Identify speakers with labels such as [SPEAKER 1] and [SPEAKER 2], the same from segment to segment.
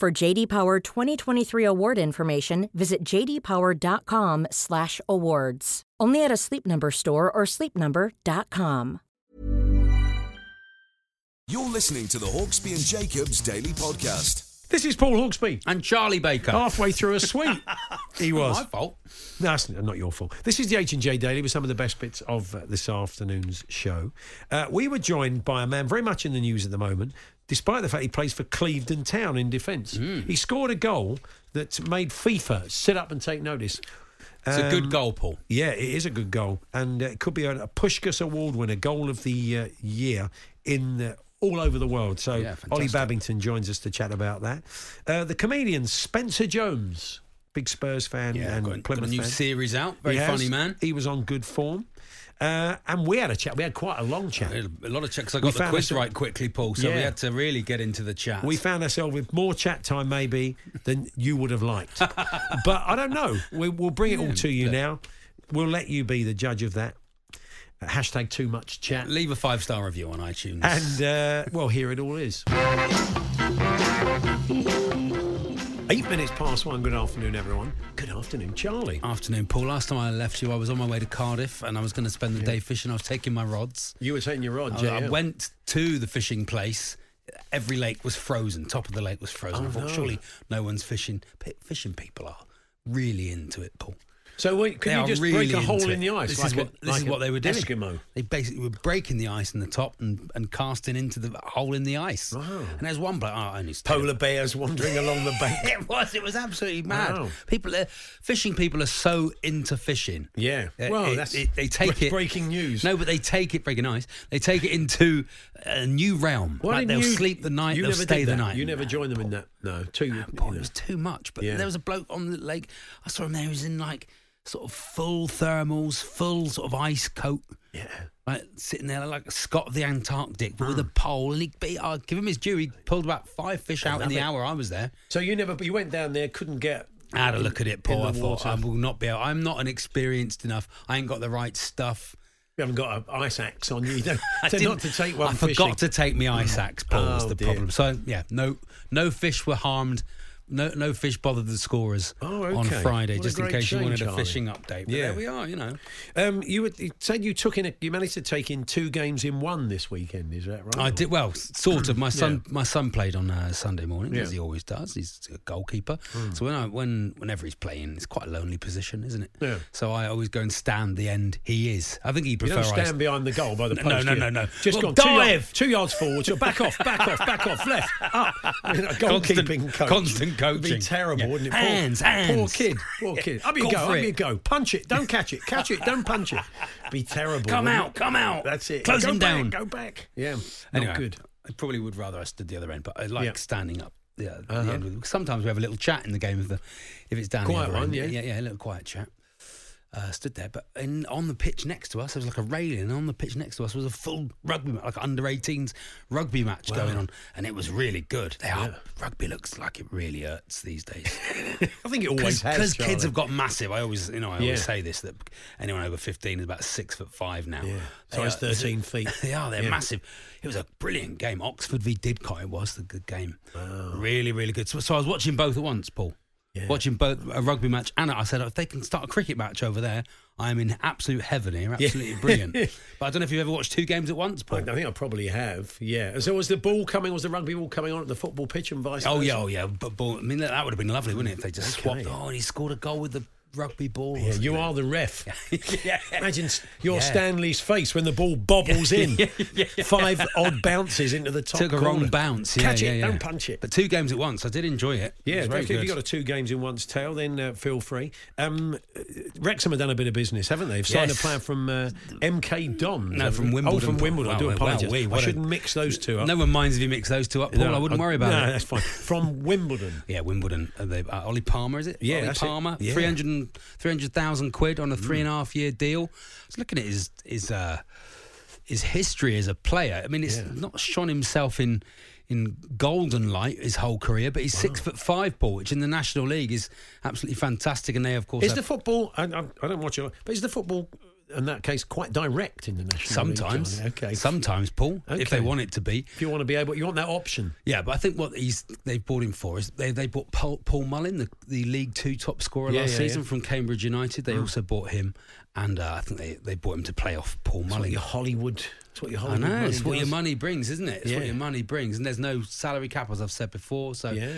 [SPEAKER 1] For JD Power 2023 award information, visit jdpower.com/awards. Only at a Sleep Number store or sleepnumber.com.
[SPEAKER 2] You're listening to the Hawksby and Jacobs Daily Podcast.
[SPEAKER 3] This is Paul Hawksby.
[SPEAKER 4] and Charlie Baker.
[SPEAKER 3] Halfway through a sweep, Oh, he was.
[SPEAKER 4] My fault.
[SPEAKER 3] No, that's not your fault. This is the H and J Daily with some of the best bits of uh, this afternoon's show. Uh, we were joined by a man very much in the news at the moment, despite the fact he plays for Clevedon Town in defence.
[SPEAKER 4] Hmm.
[SPEAKER 3] He scored a goal that made FIFA sit up and take notice.
[SPEAKER 4] It's a
[SPEAKER 3] Um,
[SPEAKER 4] good goal, Paul.
[SPEAKER 3] Yeah, it is a good goal, and uh, it could be a, a Pushkas Award winner, goal of the uh, year in uh, all over the world. So
[SPEAKER 4] Yeah,
[SPEAKER 3] Ollie
[SPEAKER 4] fantastic.
[SPEAKER 3] Babington joins us to chat about that. Uh, the comedian Spencer Jones, big Spurs fan
[SPEAKER 4] Yeah,
[SPEAKER 3] and
[SPEAKER 4] got, got a
[SPEAKER 3] Plymouth
[SPEAKER 4] new
[SPEAKER 3] fan.
[SPEAKER 4] series out. Very
[SPEAKER 3] He has.
[SPEAKER 4] funny man.
[SPEAKER 3] He was on good form, uh, and we had a chat. We had quite a long chat.
[SPEAKER 4] A lot of checks. I
[SPEAKER 3] We
[SPEAKER 4] got the
[SPEAKER 3] found
[SPEAKER 4] quiz
[SPEAKER 3] ourselves-
[SPEAKER 4] right quickly, Paul. So we
[SPEAKER 3] Yeah.
[SPEAKER 4] had to really get into the chat.
[SPEAKER 3] We found ourselves with more chat time maybe than you would have liked. but I don't know. We, we'll bring it all to you now. We'll let you be the judge of that. Uh, hashtag too much chat.
[SPEAKER 4] Leave a five star review on iTunes.
[SPEAKER 3] And uh, well, here it all is. Eight minutes past one. Good afternoon, everyone. Good afternoon, Charlie.
[SPEAKER 4] Afternoon, Paul. Last time I left you, I was on my way to Cardiff and I was going to spend the day fishing. I was taking my rods.
[SPEAKER 3] You were taking your rod,
[SPEAKER 4] I-
[SPEAKER 3] yeah.
[SPEAKER 4] Oh, I
[SPEAKER 3] yeah.
[SPEAKER 4] went to the fishing place. Every lake was frozen. Top of the lake was frozen.
[SPEAKER 3] Oh,
[SPEAKER 4] I thought,
[SPEAKER 3] no.
[SPEAKER 4] surely no one's fishing. P- Fishing people are really into it, Paul.
[SPEAKER 3] So wait, could
[SPEAKER 4] They
[SPEAKER 3] you
[SPEAKER 4] are
[SPEAKER 3] just
[SPEAKER 4] really
[SPEAKER 3] break a hole
[SPEAKER 4] into
[SPEAKER 3] in
[SPEAKER 4] it.
[SPEAKER 3] the ice?
[SPEAKER 4] This
[SPEAKER 3] like
[SPEAKER 4] is
[SPEAKER 3] a-
[SPEAKER 4] what this
[SPEAKER 3] like
[SPEAKER 4] is
[SPEAKER 3] an
[SPEAKER 4] what they were doing.
[SPEAKER 3] Eskimo.
[SPEAKER 4] They basically were breaking the ice in the top and, and casting into the hole in the ice.
[SPEAKER 3] Wow.
[SPEAKER 4] And there's one bloke. Oh, I only stayed-
[SPEAKER 3] Polar bears wandering along the bank.
[SPEAKER 4] It was. It was absolutely mad.
[SPEAKER 3] Wow.
[SPEAKER 4] People, are, fishing people are so into fishing.
[SPEAKER 3] Yeah.
[SPEAKER 4] Uh,
[SPEAKER 3] Well,
[SPEAKER 4] it-
[SPEAKER 3] that's
[SPEAKER 4] it- they take
[SPEAKER 3] bre-
[SPEAKER 4] it
[SPEAKER 3] breaking news.
[SPEAKER 4] No, but they take it breaking ice. They take it into a new realm.
[SPEAKER 3] Why
[SPEAKER 4] like
[SPEAKER 3] didn't
[SPEAKER 4] they'll
[SPEAKER 3] you-
[SPEAKER 4] sleep the night.
[SPEAKER 3] You
[SPEAKER 4] they'll
[SPEAKER 3] never
[SPEAKER 4] stay
[SPEAKER 3] did
[SPEAKER 4] the
[SPEAKER 3] that.
[SPEAKER 4] night.
[SPEAKER 3] You never
[SPEAKER 4] Nah,
[SPEAKER 3] joined them in that. No, too. you
[SPEAKER 4] Boy, it
[SPEAKER 3] know.
[SPEAKER 4] was too much. But
[SPEAKER 3] Yeah.
[SPEAKER 4] there was a bloke on the lake. I saw him there. He was in like sort of full thermals, full sort of ice coat.
[SPEAKER 3] Yeah. Ah.
[SPEAKER 4] Like sitting there like a Scott of the Antarctic, but with a pole, and he, he I give him his due. He pulled about five fish out in
[SPEAKER 3] love
[SPEAKER 4] the
[SPEAKER 3] it.
[SPEAKER 4] hour I was there.
[SPEAKER 3] So you never, you went down there, couldn't get.
[SPEAKER 4] I had a look at it,
[SPEAKER 3] in
[SPEAKER 4] Paul.
[SPEAKER 3] the
[SPEAKER 4] I thought
[SPEAKER 3] water.
[SPEAKER 4] I will not be. Able, I'm not an experienced enough. I ain't got the right stuff.
[SPEAKER 3] You haven't got an ice axe on you. you don't,
[SPEAKER 4] I
[SPEAKER 3] so not
[SPEAKER 4] didn't-
[SPEAKER 3] to take one
[SPEAKER 4] I
[SPEAKER 3] fishing.
[SPEAKER 4] forgot to take my ice axe. Paul was
[SPEAKER 3] Oh,
[SPEAKER 4] the
[SPEAKER 3] dear.
[SPEAKER 4] problem. So yeah, no, no fish were harmed. No, no fish bothered the scorers
[SPEAKER 3] Oh,
[SPEAKER 4] on
[SPEAKER 3] okay.
[SPEAKER 4] Friday.
[SPEAKER 3] What a
[SPEAKER 4] just in
[SPEAKER 3] great
[SPEAKER 4] case
[SPEAKER 3] shame,
[SPEAKER 4] you wanted
[SPEAKER 3] Charlie.
[SPEAKER 4] a fishing update. But
[SPEAKER 3] Yeah.
[SPEAKER 4] there we are. You know,
[SPEAKER 3] Um, you, would- you said you took in, a, you managed to take in two games in one this weekend. Is that right?
[SPEAKER 4] I did well, sort of. My son,
[SPEAKER 3] Yeah.
[SPEAKER 4] my son played on uh, Sunday morning as
[SPEAKER 3] Yeah. Hmm.
[SPEAKER 4] he always does. He's a goalkeeper, so when I, when whenever he's playing, it's quite a lonely position, isn't it?
[SPEAKER 3] Yeah.
[SPEAKER 4] So I always go and stand the end. He is. I think he
[SPEAKER 3] You
[SPEAKER 4] prefers.
[SPEAKER 3] don't stand behind the goal by the
[SPEAKER 4] No,
[SPEAKER 3] post.
[SPEAKER 4] no,
[SPEAKER 3] do you?
[SPEAKER 4] no, no.
[SPEAKER 3] Just
[SPEAKER 4] Well,
[SPEAKER 3] gone two yard-
[SPEAKER 4] dive!
[SPEAKER 3] two yards forward. So back off, back off, back off, left, up. I mean, a
[SPEAKER 4] Constant-
[SPEAKER 3] goalkeeping coach.
[SPEAKER 4] constant
[SPEAKER 3] It'd be
[SPEAKER 4] coaching.
[SPEAKER 3] terrible,
[SPEAKER 4] Yeah.
[SPEAKER 3] wouldn't it?
[SPEAKER 4] Hands,
[SPEAKER 3] poor, Poor
[SPEAKER 4] hands.
[SPEAKER 3] kid, poor kid. Up you
[SPEAKER 4] Go
[SPEAKER 3] go,
[SPEAKER 4] for
[SPEAKER 3] up
[SPEAKER 4] it.
[SPEAKER 3] you go. Punch it, don't catch it, catch it, don't punch it. Be terrible.
[SPEAKER 4] Come
[SPEAKER 3] wouldn't
[SPEAKER 4] out,
[SPEAKER 3] it?
[SPEAKER 4] come out.
[SPEAKER 3] That's it.
[SPEAKER 4] Close
[SPEAKER 3] go
[SPEAKER 4] him
[SPEAKER 3] back,
[SPEAKER 4] down.
[SPEAKER 3] Go back. Yeah,
[SPEAKER 4] Anyway,
[SPEAKER 3] not good.
[SPEAKER 4] I probably would rather I stood the other end, but I like
[SPEAKER 3] Yeah. Uh-huh.
[SPEAKER 4] standing up. Yeah, at the end with- sometimes we have a little chat in the game of the if it's down the
[SPEAKER 3] Quiet
[SPEAKER 4] other
[SPEAKER 3] one,
[SPEAKER 4] end.
[SPEAKER 3] yeah.
[SPEAKER 4] yeah, yeah, a little quiet chat. Uh, stood there, but in, on the pitch next to us, there was like a railing. And on the pitch next to us was a full rugby, ma- like under 18s rugby match going on, and it was really good. They are, rugby looks like it really hurts these days
[SPEAKER 3] I think it always has.
[SPEAKER 4] because kids
[SPEAKER 3] Charlie.
[SPEAKER 4] have got massive. I always, you know, I
[SPEAKER 3] Yeah.
[SPEAKER 4] always say this that anyone over 15 is about six foot five now.
[SPEAKER 3] Yeah.
[SPEAKER 4] They
[SPEAKER 3] So it's
[SPEAKER 4] are-
[SPEAKER 3] 13 feet.
[SPEAKER 4] They are. They're
[SPEAKER 3] Yeah.
[SPEAKER 4] massive. It was a brilliant game. Oxford v Didcot. It was the good game. Really, really good. So, so I was watching both at once, Paul. Watching both a rugby match and I said, if they can start a cricket match over there, I'm in absolute heaven here. Absolutely brilliant. But I don't know if you've ever watched two games at once,
[SPEAKER 5] I
[SPEAKER 4] Paul.
[SPEAKER 5] I think I probably have. Yeah. And so was the ball coming? Was the rugby ball coming on at the football pitch and vice
[SPEAKER 4] Oh
[SPEAKER 5] versa?
[SPEAKER 4] yeah, oh yeah. But ball, I mean, that, that would have been lovely, wouldn't it? If they just
[SPEAKER 5] Okay.
[SPEAKER 4] swapped. Oh, and he scored a goal with the rugby ball.
[SPEAKER 5] Yeah, you are the ref.
[SPEAKER 4] yeah.
[SPEAKER 5] Imagine s- your
[SPEAKER 4] Yeah.
[SPEAKER 5] Stanley's face when the ball bobbles in.
[SPEAKER 4] Yeah, yeah, yeah.
[SPEAKER 5] Five odd bounces into the top
[SPEAKER 4] Took a
[SPEAKER 5] corner.
[SPEAKER 4] wrong bounce. Yeah,
[SPEAKER 5] Catch
[SPEAKER 4] yeah,
[SPEAKER 5] it,
[SPEAKER 4] yeah.
[SPEAKER 5] don't punch it.
[SPEAKER 4] But two games at once, I did enjoy it.
[SPEAKER 3] Yeah,
[SPEAKER 4] it was very
[SPEAKER 3] definitely. If
[SPEAKER 4] good.
[SPEAKER 3] you've got a two games in one's tail, then uh, feel free. Um, uh, Wrexham have done a bit of business, haven't they? They've signed
[SPEAKER 4] Yes.
[SPEAKER 3] a player from uh, MK Dom.
[SPEAKER 4] No,
[SPEAKER 3] haven't
[SPEAKER 4] from
[SPEAKER 3] they?
[SPEAKER 4] Wimbledon.
[SPEAKER 3] Oh, from Wimbledon. I
[SPEAKER 4] Wow,
[SPEAKER 3] do
[SPEAKER 4] wow,
[SPEAKER 3] apologise.
[SPEAKER 4] wee,
[SPEAKER 3] I
[SPEAKER 4] what a-
[SPEAKER 3] shouldn't mix those two up.
[SPEAKER 4] No one minds if you mix those two up, Paul.
[SPEAKER 3] No,
[SPEAKER 4] I wouldn't worry about
[SPEAKER 3] no,
[SPEAKER 4] it.
[SPEAKER 3] that's fine. From Wimbledon.
[SPEAKER 4] Yeah, Wimbledon. Uh, they, uh, Ollie Palmer, is it?
[SPEAKER 3] Yeah,
[SPEAKER 4] Ollie
[SPEAKER 3] that's it.
[SPEAKER 4] Palmer.
[SPEAKER 3] Yeah. Mm.
[SPEAKER 4] 300 300,000 quid on a three and a half year deal. I was looking at his his uh, his history as a player. I mean, it's not shone himself in in golden light his whole career, but he's six foot five, Paul, which in the National League is absolutely fantastic. And they, of course,
[SPEAKER 3] Is
[SPEAKER 4] have-
[SPEAKER 3] the football? I, I, I don't watch it, but is the football in that case quite direct in the national? League,
[SPEAKER 4] sometimes,
[SPEAKER 3] Johnny? okay.
[SPEAKER 4] sometimes, Paul, if
[SPEAKER 3] Okay.
[SPEAKER 4] they want it to be.
[SPEAKER 3] if you want to be able, you want that option.
[SPEAKER 4] Yeah, but I think what he's they've bought him for is they they bought Paul, Paul Mullin, the, the League Two top scorer
[SPEAKER 3] Yeah, Mm.
[SPEAKER 4] last
[SPEAKER 3] yeah,
[SPEAKER 4] season
[SPEAKER 3] yeah.
[SPEAKER 4] from Cambridge United. They also bought him, and uh, I think they, they bought him to play off Paul
[SPEAKER 3] It's what
[SPEAKER 4] Mullin.
[SPEAKER 3] your Hollywood. It's what your
[SPEAKER 4] I
[SPEAKER 3] Hollywood.
[SPEAKER 4] know it's what your
[SPEAKER 3] does.
[SPEAKER 4] money brings, isn't it? It's
[SPEAKER 3] Yeah.
[SPEAKER 4] what your money brings, and there's no salary cap, as I've said before. So
[SPEAKER 3] Yeah.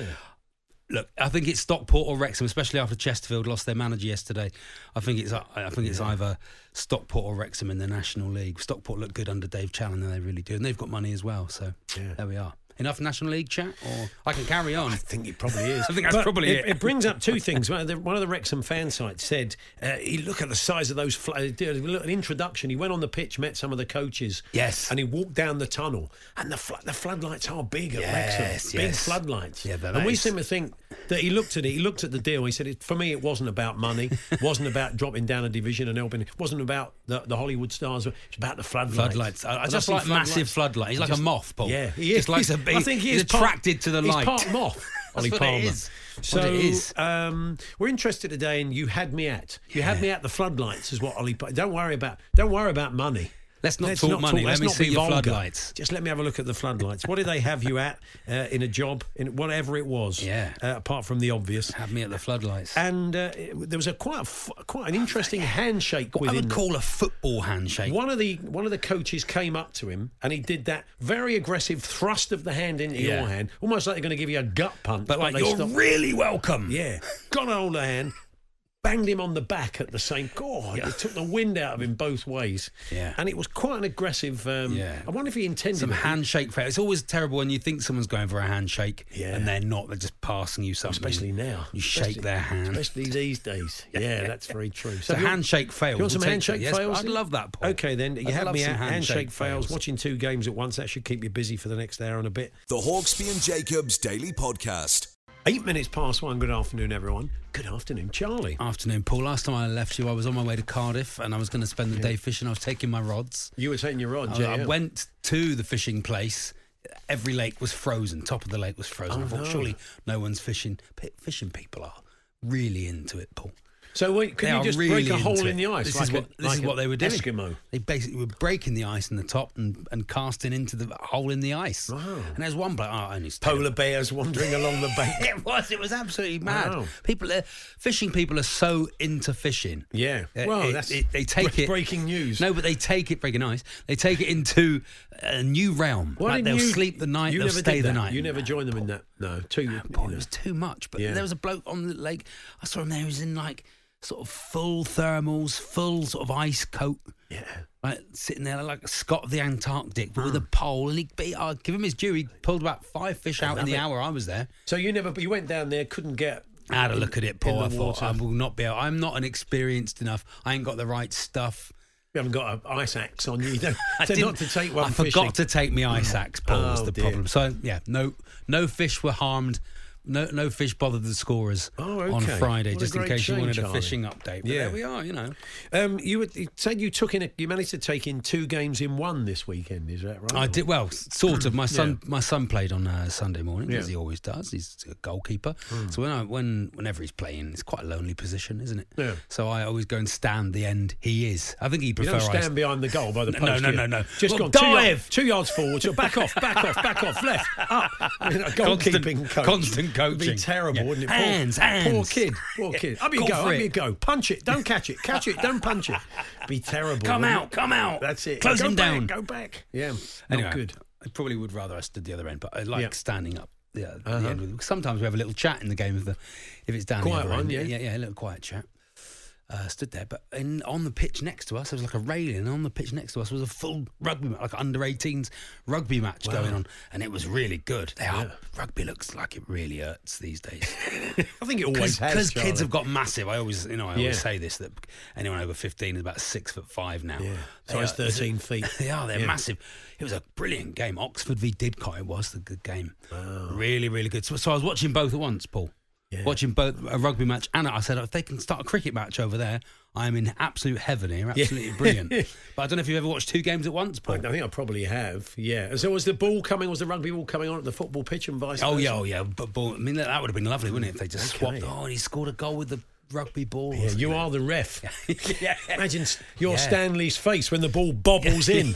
[SPEAKER 4] look, I think it's Stockport or Wrexham, especially after Chesterfield lost their manager yesterday. I think it's I I think it's either Stockport or Wrexham in the National League. Stockport look good under Dave Challoner, they really do, and they've got money as well. So there we are. Enough National League chat, or I can carry on.
[SPEAKER 3] I think it probably is.
[SPEAKER 4] I think that's
[SPEAKER 3] But
[SPEAKER 4] probably it.
[SPEAKER 3] It brings up two things. One of the, one of the Wrexham fan sites said, uh, "You look at the size of those." Fl- uh, did a little introduction. He went on the pitch, met some of the coaches.
[SPEAKER 4] Yes.
[SPEAKER 3] and he walked down the tunnel, and the fl- the floodlights are big at
[SPEAKER 4] Yes,
[SPEAKER 3] Wrexham. Big
[SPEAKER 4] yes.
[SPEAKER 3] floodlights.
[SPEAKER 4] Yeah, but
[SPEAKER 3] and
[SPEAKER 4] that
[SPEAKER 3] we
[SPEAKER 4] is-
[SPEAKER 3] seem to think that he looked at it. He looked at the deal. He said, it, "For me, it wasn't about money. It wasn't about dropping down a division and helping. It wasn't about the, the Hollywood stars. It's about the floodlights."
[SPEAKER 4] Floodlights. I, I
[SPEAKER 3] And
[SPEAKER 4] just
[SPEAKER 3] see
[SPEAKER 4] like massive floodlights. He's like a moth, Paul.
[SPEAKER 3] Yeah, he is.
[SPEAKER 4] Just likes to be.
[SPEAKER 3] I think he
[SPEAKER 4] he's
[SPEAKER 3] is part-
[SPEAKER 4] attracted to the
[SPEAKER 3] he's
[SPEAKER 4] light.
[SPEAKER 3] part moth. Ollie
[SPEAKER 4] what it
[SPEAKER 3] Palmer.
[SPEAKER 4] is. That's
[SPEAKER 3] So
[SPEAKER 4] what it is.
[SPEAKER 3] Um, we're interested today in you had me at. You had me at the floodlights is what Ollie. Pa- Don't worry about. Don't worry about money.
[SPEAKER 4] Let's not talk money. Let
[SPEAKER 3] Let's
[SPEAKER 4] me
[SPEAKER 3] not be
[SPEAKER 4] see your
[SPEAKER 3] vulgar.
[SPEAKER 4] floodlights.
[SPEAKER 3] Just let me have a look at the floodlights. What did they have you at uh, in a job in whatever it was?
[SPEAKER 4] Yeah.
[SPEAKER 3] Uh, apart from the obvious.
[SPEAKER 4] Have me at the floodlights.
[SPEAKER 3] And uh, it- there was a quite a f- quite an interesting handshake
[SPEAKER 4] what I
[SPEAKER 3] within
[SPEAKER 4] would call a football handshake.
[SPEAKER 3] one of the one of the coaches came up to him and he did that very aggressive thrust of the hand into
[SPEAKER 4] Yeah.
[SPEAKER 3] your hand, almost like they're going to give you a gut punch.
[SPEAKER 4] But like,
[SPEAKER 3] they
[SPEAKER 4] you're
[SPEAKER 3] stop-
[SPEAKER 4] really welcome.
[SPEAKER 3] yeah, got hold of the hand, banged him on the back at the same. God, it took the wind out of him both ways.
[SPEAKER 4] Yeah.
[SPEAKER 3] and it was quite an aggressive. Um,
[SPEAKER 4] Yeah.
[SPEAKER 3] I wonder if he intended
[SPEAKER 4] Some
[SPEAKER 3] it.
[SPEAKER 4] handshake fail. It's always terrible when you think someone's going for a handshake
[SPEAKER 3] Yeah.
[SPEAKER 4] and they're not. They're just passing you something.
[SPEAKER 3] especially now.
[SPEAKER 4] You shake their hand.
[SPEAKER 3] especially these days. Yeah, that's very true.
[SPEAKER 4] So
[SPEAKER 3] if you-
[SPEAKER 4] handshake fails.
[SPEAKER 3] You want some
[SPEAKER 4] We'll take
[SPEAKER 3] handshake
[SPEAKER 4] that. Yes,
[SPEAKER 3] fails?
[SPEAKER 4] I'd love that, Paul.
[SPEAKER 3] Okay, then you
[SPEAKER 4] I'd
[SPEAKER 3] have
[SPEAKER 4] love
[SPEAKER 3] me
[SPEAKER 4] some
[SPEAKER 3] at handshake,
[SPEAKER 4] handshake
[SPEAKER 3] fails.
[SPEAKER 4] fails.
[SPEAKER 3] Watching two games at once that should keep you busy for the next hour and a bit.
[SPEAKER 2] The Hawksby and Jacobs Daily Podcast.
[SPEAKER 3] Eight minutes past one. Good afternoon, everyone. Good afternoon, Charlie.
[SPEAKER 4] Afternoon, Paul. Last time I left you, I was on my way to Cardiff and I was going to spend the day fishing. I was taking my rods.
[SPEAKER 3] You were saying you're on,
[SPEAKER 4] I, I went to the fishing place. Every lake was frozen. Top of the lake was frozen.
[SPEAKER 3] Oh,
[SPEAKER 4] I thought,
[SPEAKER 3] no.
[SPEAKER 4] surely no one's fishing. P- fishing people are really into it, Paul.
[SPEAKER 3] So wait,
[SPEAKER 4] They
[SPEAKER 3] can you
[SPEAKER 4] are
[SPEAKER 3] just break
[SPEAKER 4] really
[SPEAKER 3] a hole
[SPEAKER 4] into
[SPEAKER 3] in
[SPEAKER 4] it.
[SPEAKER 3] the ice?
[SPEAKER 4] This
[SPEAKER 3] like
[SPEAKER 4] is
[SPEAKER 3] a-
[SPEAKER 4] what this
[SPEAKER 3] like
[SPEAKER 4] is what
[SPEAKER 3] a
[SPEAKER 4] they were doing.
[SPEAKER 3] Eskimo.
[SPEAKER 4] They basically were breaking the ice in the top and, and casting into the hole in the ice.
[SPEAKER 3] Wow.
[SPEAKER 4] And there's one bloke. Oh, and he's
[SPEAKER 3] Polar bears wandering along the bank.
[SPEAKER 4] It was. It was absolutely mad.
[SPEAKER 3] Wow.
[SPEAKER 4] People, are, fishing people are so into fishing.
[SPEAKER 3] Yeah.
[SPEAKER 4] Uh,
[SPEAKER 3] Well,
[SPEAKER 4] it-
[SPEAKER 3] that's
[SPEAKER 4] it- they take
[SPEAKER 3] bre-
[SPEAKER 4] it
[SPEAKER 3] breaking news.
[SPEAKER 4] No, but they take it breaking ice. They take it into a new realm.
[SPEAKER 3] Why
[SPEAKER 4] Like,
[SPEAKER 3] didn't
[SPEAKER 4] they'll
[SPEAKER 3] you-
[SPEAKER 4] sleep the night.
[SPEAKER 3] You
[SPEAKER 4] they'll
[SPEAKER 3] never
[SPEAKER 4] stay
[SPEAKER 3] did
[SPEAKER 4] the
[SPEAKER 3] that.
[SPEAKER 4] night. Oh,
[SPEAKER 3] You never joined them in that. No, two. you
[SPEAKER 4] Boy, it
[SPEAKER 3] know.
[SPEAKER 4] was too much. But
[SPEAKER 3] Yeah.
[SPEAKER 4] there was a bloke on the lake. I saw him there. He was in like sort of full thermals, full sort of ice coat.
[SPEAKER 3] Yeah. Ah.
[SPEAKER 4] Like sitting there like Scott of the Antarctic but with a pole, and he be, I give him his due. He pulled about five fish out in the hour I was there.
[SPEAKER 3] So you never, but you went down there, couldn't get.
[SPEAKER 4] I had a look at it, Paul.
[SPEAKER 3] the
[SPEAKER 4] I thought
[SPEAKER 3] water.
[SPEAKER 4] I will not be. Able, I'm not an experienced enough. I ain't got the right stuff.
[SPEAKER 3] You haven't got an ice axe on you. you don't-
[SPEAKER 4] I
[SPEAKER 3] so not
[SPEAKER 4] didn't-
[SPEAKER 3] to take one.
[SPEAKER 4] I
[SPEAKER 3] fishing.
[SPEAKER 4] forgot to take my ice axe, Paul. was
[SPEAKER 3] Oh,
[SPEAKER 4] the
[SPEAKER 3] dear.
[SPEAKER 4] problem. So yeah, no, no fish were harmed. No, no fish bothered the scorers
[SPEAKER 3] Oh,
[SPEAKER 4] on
[SPEAKER 3] okay.
[SPEAKER 4] Friday.
[SPEAKER 3] What a
[SPEAKER 4] just in
[SPEAKER 3] great
[SPEAKER 4] case
[SPEAKER 3] shame,
[SPEAKER 4] you wanted
[SPEAKER 3] Charlie.
[SPEAKER 4] a fishing update. But
[SPEAKER 3] Yeah.
[SPEAKER 4] there we are. You know,
[SPEAKER 3] Um, you, were, you said you took in. A, you managed to take in two games in one this weekend. Is that right?
[SPEAKER 4] I did well, sort of. My son,
[SPEAKER 3] Oh. Yeah.
[SPEAKER 4] my son played on uh, Sunday morning
[SPEAKER 3] Yeah. Hmm.
[SPEAKER 4] as he always does. He's a goalkeeper, so when I, when whenever he's playing, it's quite a lonely position, isn't it?
[SPEAKER 3] Yeah.
[SPEAKER 4] So I always go and stand the end. He is. I think he
[SPEAKER 3] You
[SPEAKER 4] prefers.
[SPEAKER 3] don't stand behind the goal by the
[SPEAKER 4] No,
[SPEAKER 3] post.
[SPEAKER 4] no,
[SPEAKER 3] do you?
[SPEAKER 4] no, no.
[SPEAKER 3] Just
[SPEAKER 4] Well,
[SPEAKER 3] gone two
[SPEAKER 4] dive!
[SPEAKER 3] yards, two yards forward. So back off, back off, back off, left, up. I mean, a goalkeeping
[SPEAKER 4] constant,
[SPEAKER 3] coach.
[SPEAKER 4] constant coaching.
[SPEAKER 3] It'd be terrible,
[SPEAKER 4] Yeah.
[SPEAKER 3] wouldn't it?
[SPEAKER 4] Hands,
[SPEAKER 3] poor,
[SPEAKER 4] hands.
[SPEAKER 3] Poor kid, poor kid. Up you
[SPEAKER 4] Go
[SPEAKER 3] go,
[SPEAKER 4] for
[SPEAKER 3] up
[SPEAKER 4] it.
[SPEAKER 3] you go. Punch it, don't catch it, catch it, don't punch it. Be terrible.
[SPEAKER 4] Come
[SPEAKER 3] wouldn't
[SPEAKER 4] out, come out.
[SPEAKER 3] That's it.
[SPEAKER 4] Close
[SPEAKER 3] go
[SPEAKER 4] him
[SPEAKER 3] back,
[SPEAKER 4] down.
[SPEAKER 3] Go back. Yeah,
[SPEAKER 4] Anyway,
[SPEAKER 3] not good.
[SPEAKER 4] I probably would rather I stood the other end, but I like
[SPEAKER 3] Yeah. Uh-huh.
[SPEAKER 4] standing up. Yeah, at the end with because sometimes we have a little chat in the game of the if it's down
[SPEAKER 3] Quiet
[SPEAKER 4] the other
[SPEAKER 3] one,
[SPEAKER 4] end.
[SPEAKER 3] yeah.
[SPEAKER 4] yeah, yeah, a little quiet chat. Uh, stood there, but in, on the pitch next to us, there was like a railing. And on the pitch next to us was a full rugby, ma- like under 18s rugby match going on, and it was really good. They are, rugby looks like it really hurts these days
[SPEAKER 3] I think it always has.
[SPEAKER 4] because kids
[SPEAKER 3] Charlie.
[SPEAKER 4] have got massive. I always, you know, I always
[SPEAKER 3] Yeah.
[SPEAKER 4] say this that anyone over 15 is about six foot five now.
[SPEAKER 3] Yeah.
[SPEAKER 4] They
[SPEAKER 3] So it's
[SPEAKER 4] are-
[SPEAKER 3] 13 feet.
[SPEAKER 4] They are. They're
[SPEAKER 3] Yeah.
[SPEAKER 4] massive. It was a brilliant game. Oxford v Didcot. It was the good game.
[SPEAKER 3] Oh.
[SPEAKER 4] Really, really good. So, so I was watching both at once, Paul. Watching both a rugby match and I said, "Oh, if they can start a cricket match over there, I'm in absolute heaven here. Absolutely brilliant. But I don't know if you've ever watched two games at once, Paul.
[SPEAKER 3] I think I probably have. Yeah. So was the ball coming? Was the rugby ball coming on at the football pitch and vice
[SPEAKER 4] Oh
[SPEAKER 3] versa?
[SPEAKER 4] yeah, oh yeah. But, but I mean, that, that would have been lovely, wouldn't it? If they just
[SPEAKER 3] Okay.
[SPEAKER 4] swapped. Oh, and he scored a goal with the rugby ball. or
[SPEAKER 3] Yeah,
[SPEAKER 4] something.
[SPEAKER 3] you are the ref.
[SPEAKER 4] yeah.
[SPEAKER 3] Imagine s- your
[SPEAKER 4] Yeah.
[SPEAKER 3] Stanley's face when the ball bobbles in.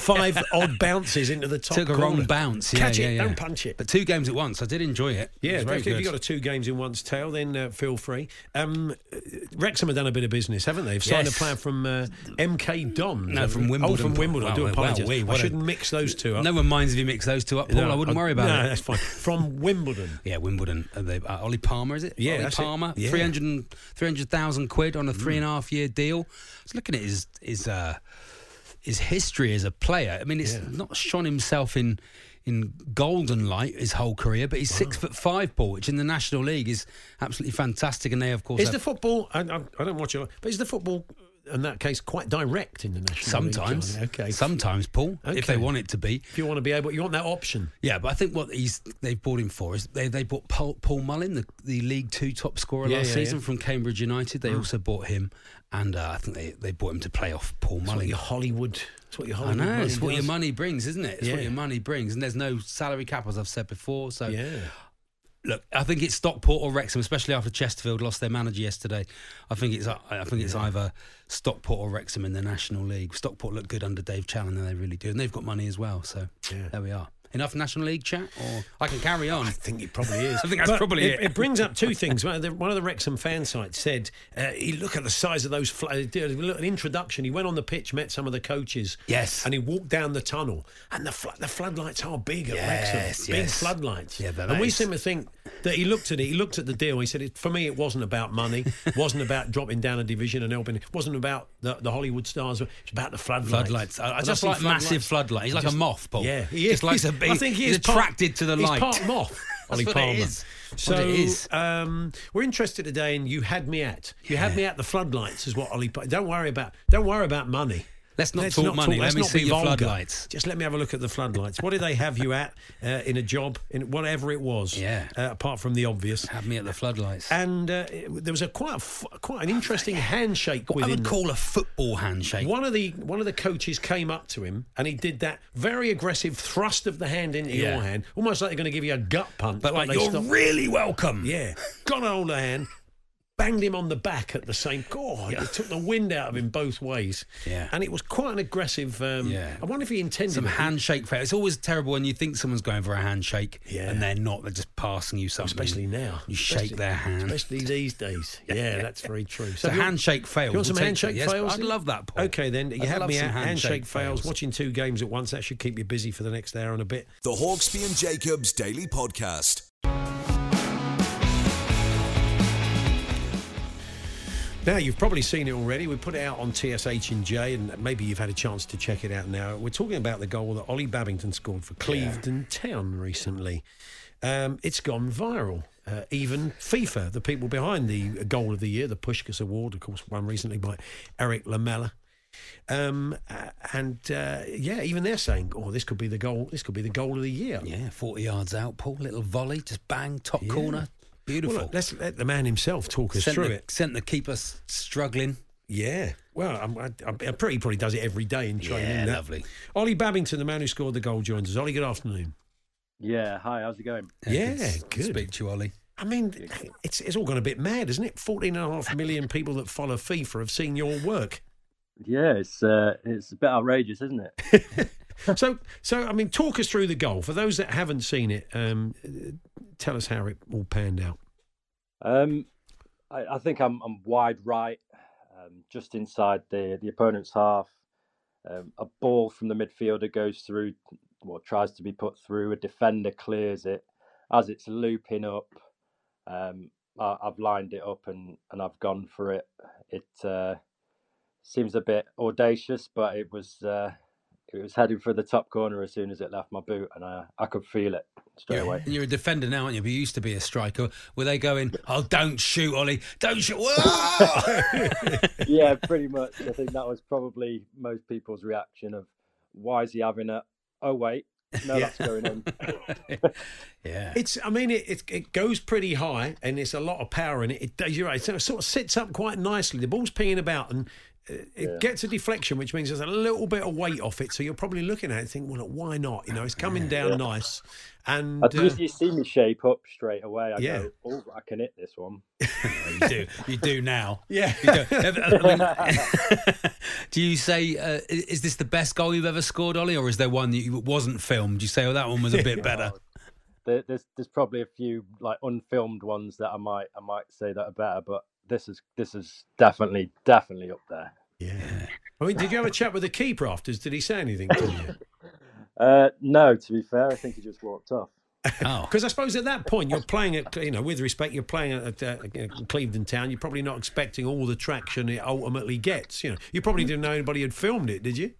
[SPEAKER 3] Five odd bounces into the top
[SPEAKER 4] took a
[SPEAKER 3] corner.
[SPEAKER 4] wrong bounce. Yeah,
[SPEAKER 3] Catch
[SPEAKER 4] yeah,
[SPEAKER 3] it,
[SPEAKER 4] yeah.
[SPEAKER 3] don't punch it.
[SPEAKER 4] But two games at once, I did enjoy it. It
[SPEAKER 3] yeah,
[SPEAKER 4] was very
[SPEAKER 3] if you've
[SPEAKER 4] good.
[SPEAKER 3] got a two games in one's tail, then uh, feel free. Um, uh, Wrexham have done a bit of business, haven't they? They've signed
[SPEAKER 4] Yes.
[SPEAKER 3] a player from uh, MK Don.
[SPEAKER 4] No, from
[SPEAKER 3] Oh,
[SPEAKER 4] Wimbledon.
[SPEAKER 3] from Wimbledon. I do
[SPEAKER 4] Wow, wow,
[SPEAKER 3] apologise.
[SPEAKER 4] wee,
[SPEAKER 3] I
[SPEAKER 4] what a-
[SPEAKER 3] shouldn't mix those two up.
[SPEAKER 4] no one minds if you mix those two up, Paul.
[SPEAKER 3] No,
[SPEAKER 4] I wouldn't worry about
[SPEAKER 3] no,
[SPEAKER 4] it.
[SPEAKER 3] that's fine. From Wimbledon.
[SPEAKER 4] Yeah, Wimbledon. Uh, they, uh, Ollie Palmer, is it?
[SPEAKER 3] Yeah,
[SPEAKER 4] Ollie
[SPEAKER 3] that's it.
[SPEAKER 4] Palmer.
[SPEAKER 3] Yeah.
[SPEAKER 4] 300 300,000 quid on a three and a half year deal. I was looking at his his uh, his history as a player. I mean, it's not shone himself in in golden light his whole career, but he's six foot five, Paul, which in the National League is absolutely fantastic. And they, of course,
[SPEAKER 3] Is
[SPEAKER 4] have-
[SPEAKER 3] the football? I, I, I don't watch it, but is the football in that case quite direct in the national?
[SPEAKER 4] sometimes,
[SPEAKER 3] League, Johnny? okay.
[SPEAKER 4] sometimes, Paul, if
[SPEAKER 3] Okay.
[SPEAKER 4] they want it to be.
[SPEAKER 3] if you want to be able, you want that option.
[SPEAKER 4] Yeah, but I think what he's they've bought him for is they they bought Paul, Paul Mullin, the, the League Two top scorer
[SPEAKER 3] Yeah,
[SPEAKER 4] last
[SPEAKER 3] yeah, Mm.
[SPEAKER 4] season
[SPEAKER 3] yeah.
[SPEAKER 4] from Cambridge United. They also bought him, and uh, I think they, they bought him to play off Paul
[SPEAKER 3] It's what
[SPEAKER 4] Mullin.
[SPEAKER 3] your Hollywood. It's what your
[SPEAKER 4] I
[SPEAKER 3] Hollywood.
[SPEAKER 4] know it's what
[SPEAKER 3] does.
[SPEAKER 4] your money brings, isn't it? It's
[SPEAKER 3] Yeah.
[SPEAKER 4] what your money brings, and there's no salary cap, as I've said before. So
[SPEAKER 3] Yeah.
[SPEAKER 4] look, I think it's Stockport or Wrexham, especially after Chesterfield lost their manager yesterday. I think it's I I think it's either Stockport or Wrexham in the National League. Stockport look good under Dave Challoner, they really do, and they've got money as well. So there we are. Enough National League chat, or I can carry on.
[SPEAKER 3] I think it probably is.
[SPEAKER 4] I think that's
[SPEAKER 3] But
[SPEAKER 4] probably
[SPEAKER 3] it,
[SPEAKER 4] it.
[SPEAKER 3] brings up two things. One of the, one of the Wrexham fan sites said, uh, he- "Look at the size of those." Fl- uh, did a little introduction. He went on the pitch, met some of the coaches.
[SPEAKER 4] Yes.
[SPEAKER 3] and he walked down the tunnel, and the fl- the floodlights are big at
[SPEAKER 4] Yes,
[SPEAKER 3] Wrexham. Big
[SPEAKER 4] yes.
[SPEAKER 3] floodlights.
[SPEAKER 4] Yeah, but
[SPEAKER 3] and we
[SPEAKER 4] that's-
[SPEAKER 3] seem to think that he looked at it. He looked at the deal. He said, it, "For me, it wasn't about money. wasn't about dropping down a division and helping. It wasn't about the, the Hollywood stars. It's about the floodlights.
[SPEAKER 4] Floodlights. I, I
[SPEAKER 3] And
[SPEAKER 4] just
[SPEAKER 3] see
[SPEAKER 4] like massive floodlights. He's like a moth, Paul.
[SPEAKER 3] yeah, he
[SPEAKER 4] he
[SPEAKER 3] is.
[SPEAKER 4] Just likes to be.
[SPEAKER 3] I think he
[SPEAKER 4] he's
[SPEAKER 3] is part-
[SPEAKER 4] attracted to the
[SPEAKER 3] he's
[SPEAKER 4] light.
[SPEAKER 3] part moth. Ollie
[SPEAKER 4] what it
[SPEAKER 3] Palmer.
[SPEAKER 4] is.
[SPEAKER 3] So
[SPEAKER 4] What it is.
[SPEAKER 3] Um, we're interested today in you had me at. You had me at the floodlights is what Ollie. Pa- Don't worry about. Don't worry about money.
[SPEAKER 4] Let's not talk money. Let
[SPEAKER 3] let's
[SPEAKER 4] me
[SPEAKER 3] not
[SPEAKER 4] see
[SPEAKER 3] be
[SPEAKER 4] your
[SPEAKER 3] vulgar.
[SPEAKER 4] floodlights.
[SPEAKER 3] Just let me have a look at the floodlights. What did they have you at uh, in a job in whatever it was?
[SPEAKER 4] Yeah.
[SPEAKER 3] Uh, apart from the obvious.
[SPEAKER 4] Have me at the floodlights.
[SPEAKER 3] And uh, it- there was a quite a f- quite an interesting handshake
[SPEAKER 4] I
[SPEAKER 3] within.
[SPEAKER 4] would call a football handshake.
[SPEAKER 3] One of the one of the coaches came up to him and he did that very aggressive thrust of the hand into
[SPEAKER 4] Yeah.
[SPEAKER 3] your hand, almost like they're going to give you a gut punch.
[SPEAKER 4] But like,
[SPEAKER 3] they
[SPEAKER 4] you're
[SPEAKER 3] stopped-
[SPEAKER 4] really welcome.
[SPEAKER 3] yeah, got on the hand, banged him on the back at the same. God, it took the wind out of him both ways.
[SPEAKER 4] Yeah.
[SPEAKER 3] and it was quite an aggressive. Um,
[SPEAKER 4] Yeah.
[SPEAKER 3] I wonder if he intended
[SPEAKER 4] Some
[SPEAKER 3] it.
[SPEAKER 4] handshake fail. It's always terrible when you think someone's going for a handshake
[SPEAKER 3] Yeah.
[SPEAKER 4] and they're not. They're just passing you something.
[SPEAKER 3] Especially now,
[SPEAKER 4] You
[SPEAKER 3] Especially-
[SPEAKER 4] shake their hand.
[SPEAKER 3] Especially these days, yeah, that's very true.
[SPEAKER 4] So
[SPEAKER 3] if you-
[SPEAKER 4] handshake fails.
[SPEAKER 3] You want some
[SPEAKER 4] We'll take
[SPEAKER 3] handshake
[SPEAKER 4] that. Yes,
[SPEAKER 3] fails?
[SPEAKER 4] I'd love that, Paul.
[SPEAKER 3] Okay, then you
[SPEAKER 4] I'd
[SPEAKER 3] have
[SPEAKER 4] love
[SPEAKER 3] me
[SPEAKER 4] some
[SPEAKER 3] at handshake,
[SPEAKER 4] handshake
[SPEAKER 3] fails.
[SPEAKER 4] fails.
[SPEAKER 3] Watching two games at once that should keep you busy for the next hour and a bit.
[SPEAKER 2] The Hawksby and Jacobs Daily Podcast.
[SPEAKER 3] Now you've probably seen it already. We put it out on TSH and J, and maybe you've had a chance to check it out now. We're talking about the goal that Ollie Babington scored for Clevedon Town recently. Um, it's gone viral. Uh, even FIFA, the people behind the goal of the year, the Pushkas Award, of course, won recently by Eric Lamella. Um, uh, and uh, yeah, even they're saying, "Oh, this could be the goal. This could be the goal of the year."
[SPEAKER 4] Yeah, 40 yards out, Paul. Little volley, just bang, top corner.
[SPEAKER 3] Well,
[SPEAKER 4] Beautiful.
[SPEAKER 3] look, let's let the man himself talk us
[SPEAKER 4] sent,
[SPEAKER 3] through
[SPEAKER 4] the,
[SPEAKER 3] it.
[SPEAKER 4] sent the keeper s- struggling.
[SPEAKER 3] Yeah. Well, I'm, I, I'm pretty he probably does it every day in training.
[SPEAKER 4] Yeah,
[SPEAKER 3] that.
[SPEAKER 4] lovely.
[SPEAKER 3] Ollie Babington, the man who scored the goal, joins us. Ollie, good afternoon.
[SPEAKER 6] Yeah, hi, how's it going?
[SPEAKER 3] Yeah,
[SPEAKER 4] s-
[SPEAKER 3] good.
[SPEAKER 4] Uh, Speak to you, Ollie.
[SPEAKER 3] I mean, it's it's all gone a bit mad, isn't it? 14 and a half million people that follow FIFA have seen your work.
[SPEAKER 6] Yeah, it's uh, it's a bit outrageous, isn't it?
[SPEAKER 3] so, so I mean, talk us through the goal for those that haven't seen it. Um, tell us how it all panned out.
[SPEAKER 6] Um, I, I think I'm, I'm wide right, um, just inside the the opponent's half. Um, a ball from the midfielder goes through, well, tries to be put through. A defender clears it as it's looping up. Um, I, I've lined it up and, and I've gone for it. It uh, seems a bit audacious, but it was uh, it was heading for the top corner as soon as it left my boot, and I I could feel it straight away.
[SPEAKER 4] And you're a defender now, aren't you? But you used to be a striker. Were they going, oh, don't shoot, Ollie. Don't shoot. Whoa!
[SPEAKER 6] yeah, pretty much. I think that was probably most people's reaction of why is he having it? Oh wait, no, that's going in.
[SPEAKER 4] yeah.
[SPEAKER 3] It's, I mean, it, it, it goes pretty high and it's a lot of power in it. It does, you're right. So it sort of sits up quite nicely. The ball's pinging about and uh, it gets a deflection, which means there's a little bit of weight off it. So you're probably looking at it and thinking, well, look, why not? You know, it's coming down nice. And
[SPEAKER 6] As soon
[SPEAKER 3] uh,
[SPEAKER 6] as you see me shape up straight away, I
[SPEAKER 3] Yeah.
[SPEAKER 6] go, oh, I can hit this one.
[SPEAKER 4] you do. You do now.
[SPEAKER 3] Yeah.
[SPEAKER 4] You do. I mean, do you say, uh, i- is this the best goal you've ever scored, Ollie? Or is there one that you, wasn't filmed? You say, oh, that one was a bit better.
[SPEAKER 6] There, there's there's probably a few like unfilmed ones that I might I might say that are better, but this is this is definitely definitely up there.
[SPEAKER 3] yeah. I mean, did you have a chat with the keeper afters? Did he say anything to you?
[SPEAKER 6] Uh, no, to be fair, I think he just walked off.
[SPEAKER 4] Oh.
[SPEAKER 3] Because I suppose at that point you're playing at, you know, with respect, you're playing at, uh, uh, Clevedon Town. You're probably not expecting all the traction it ultimately gets. You know, you probably didn't know anybody had filmed it, did you?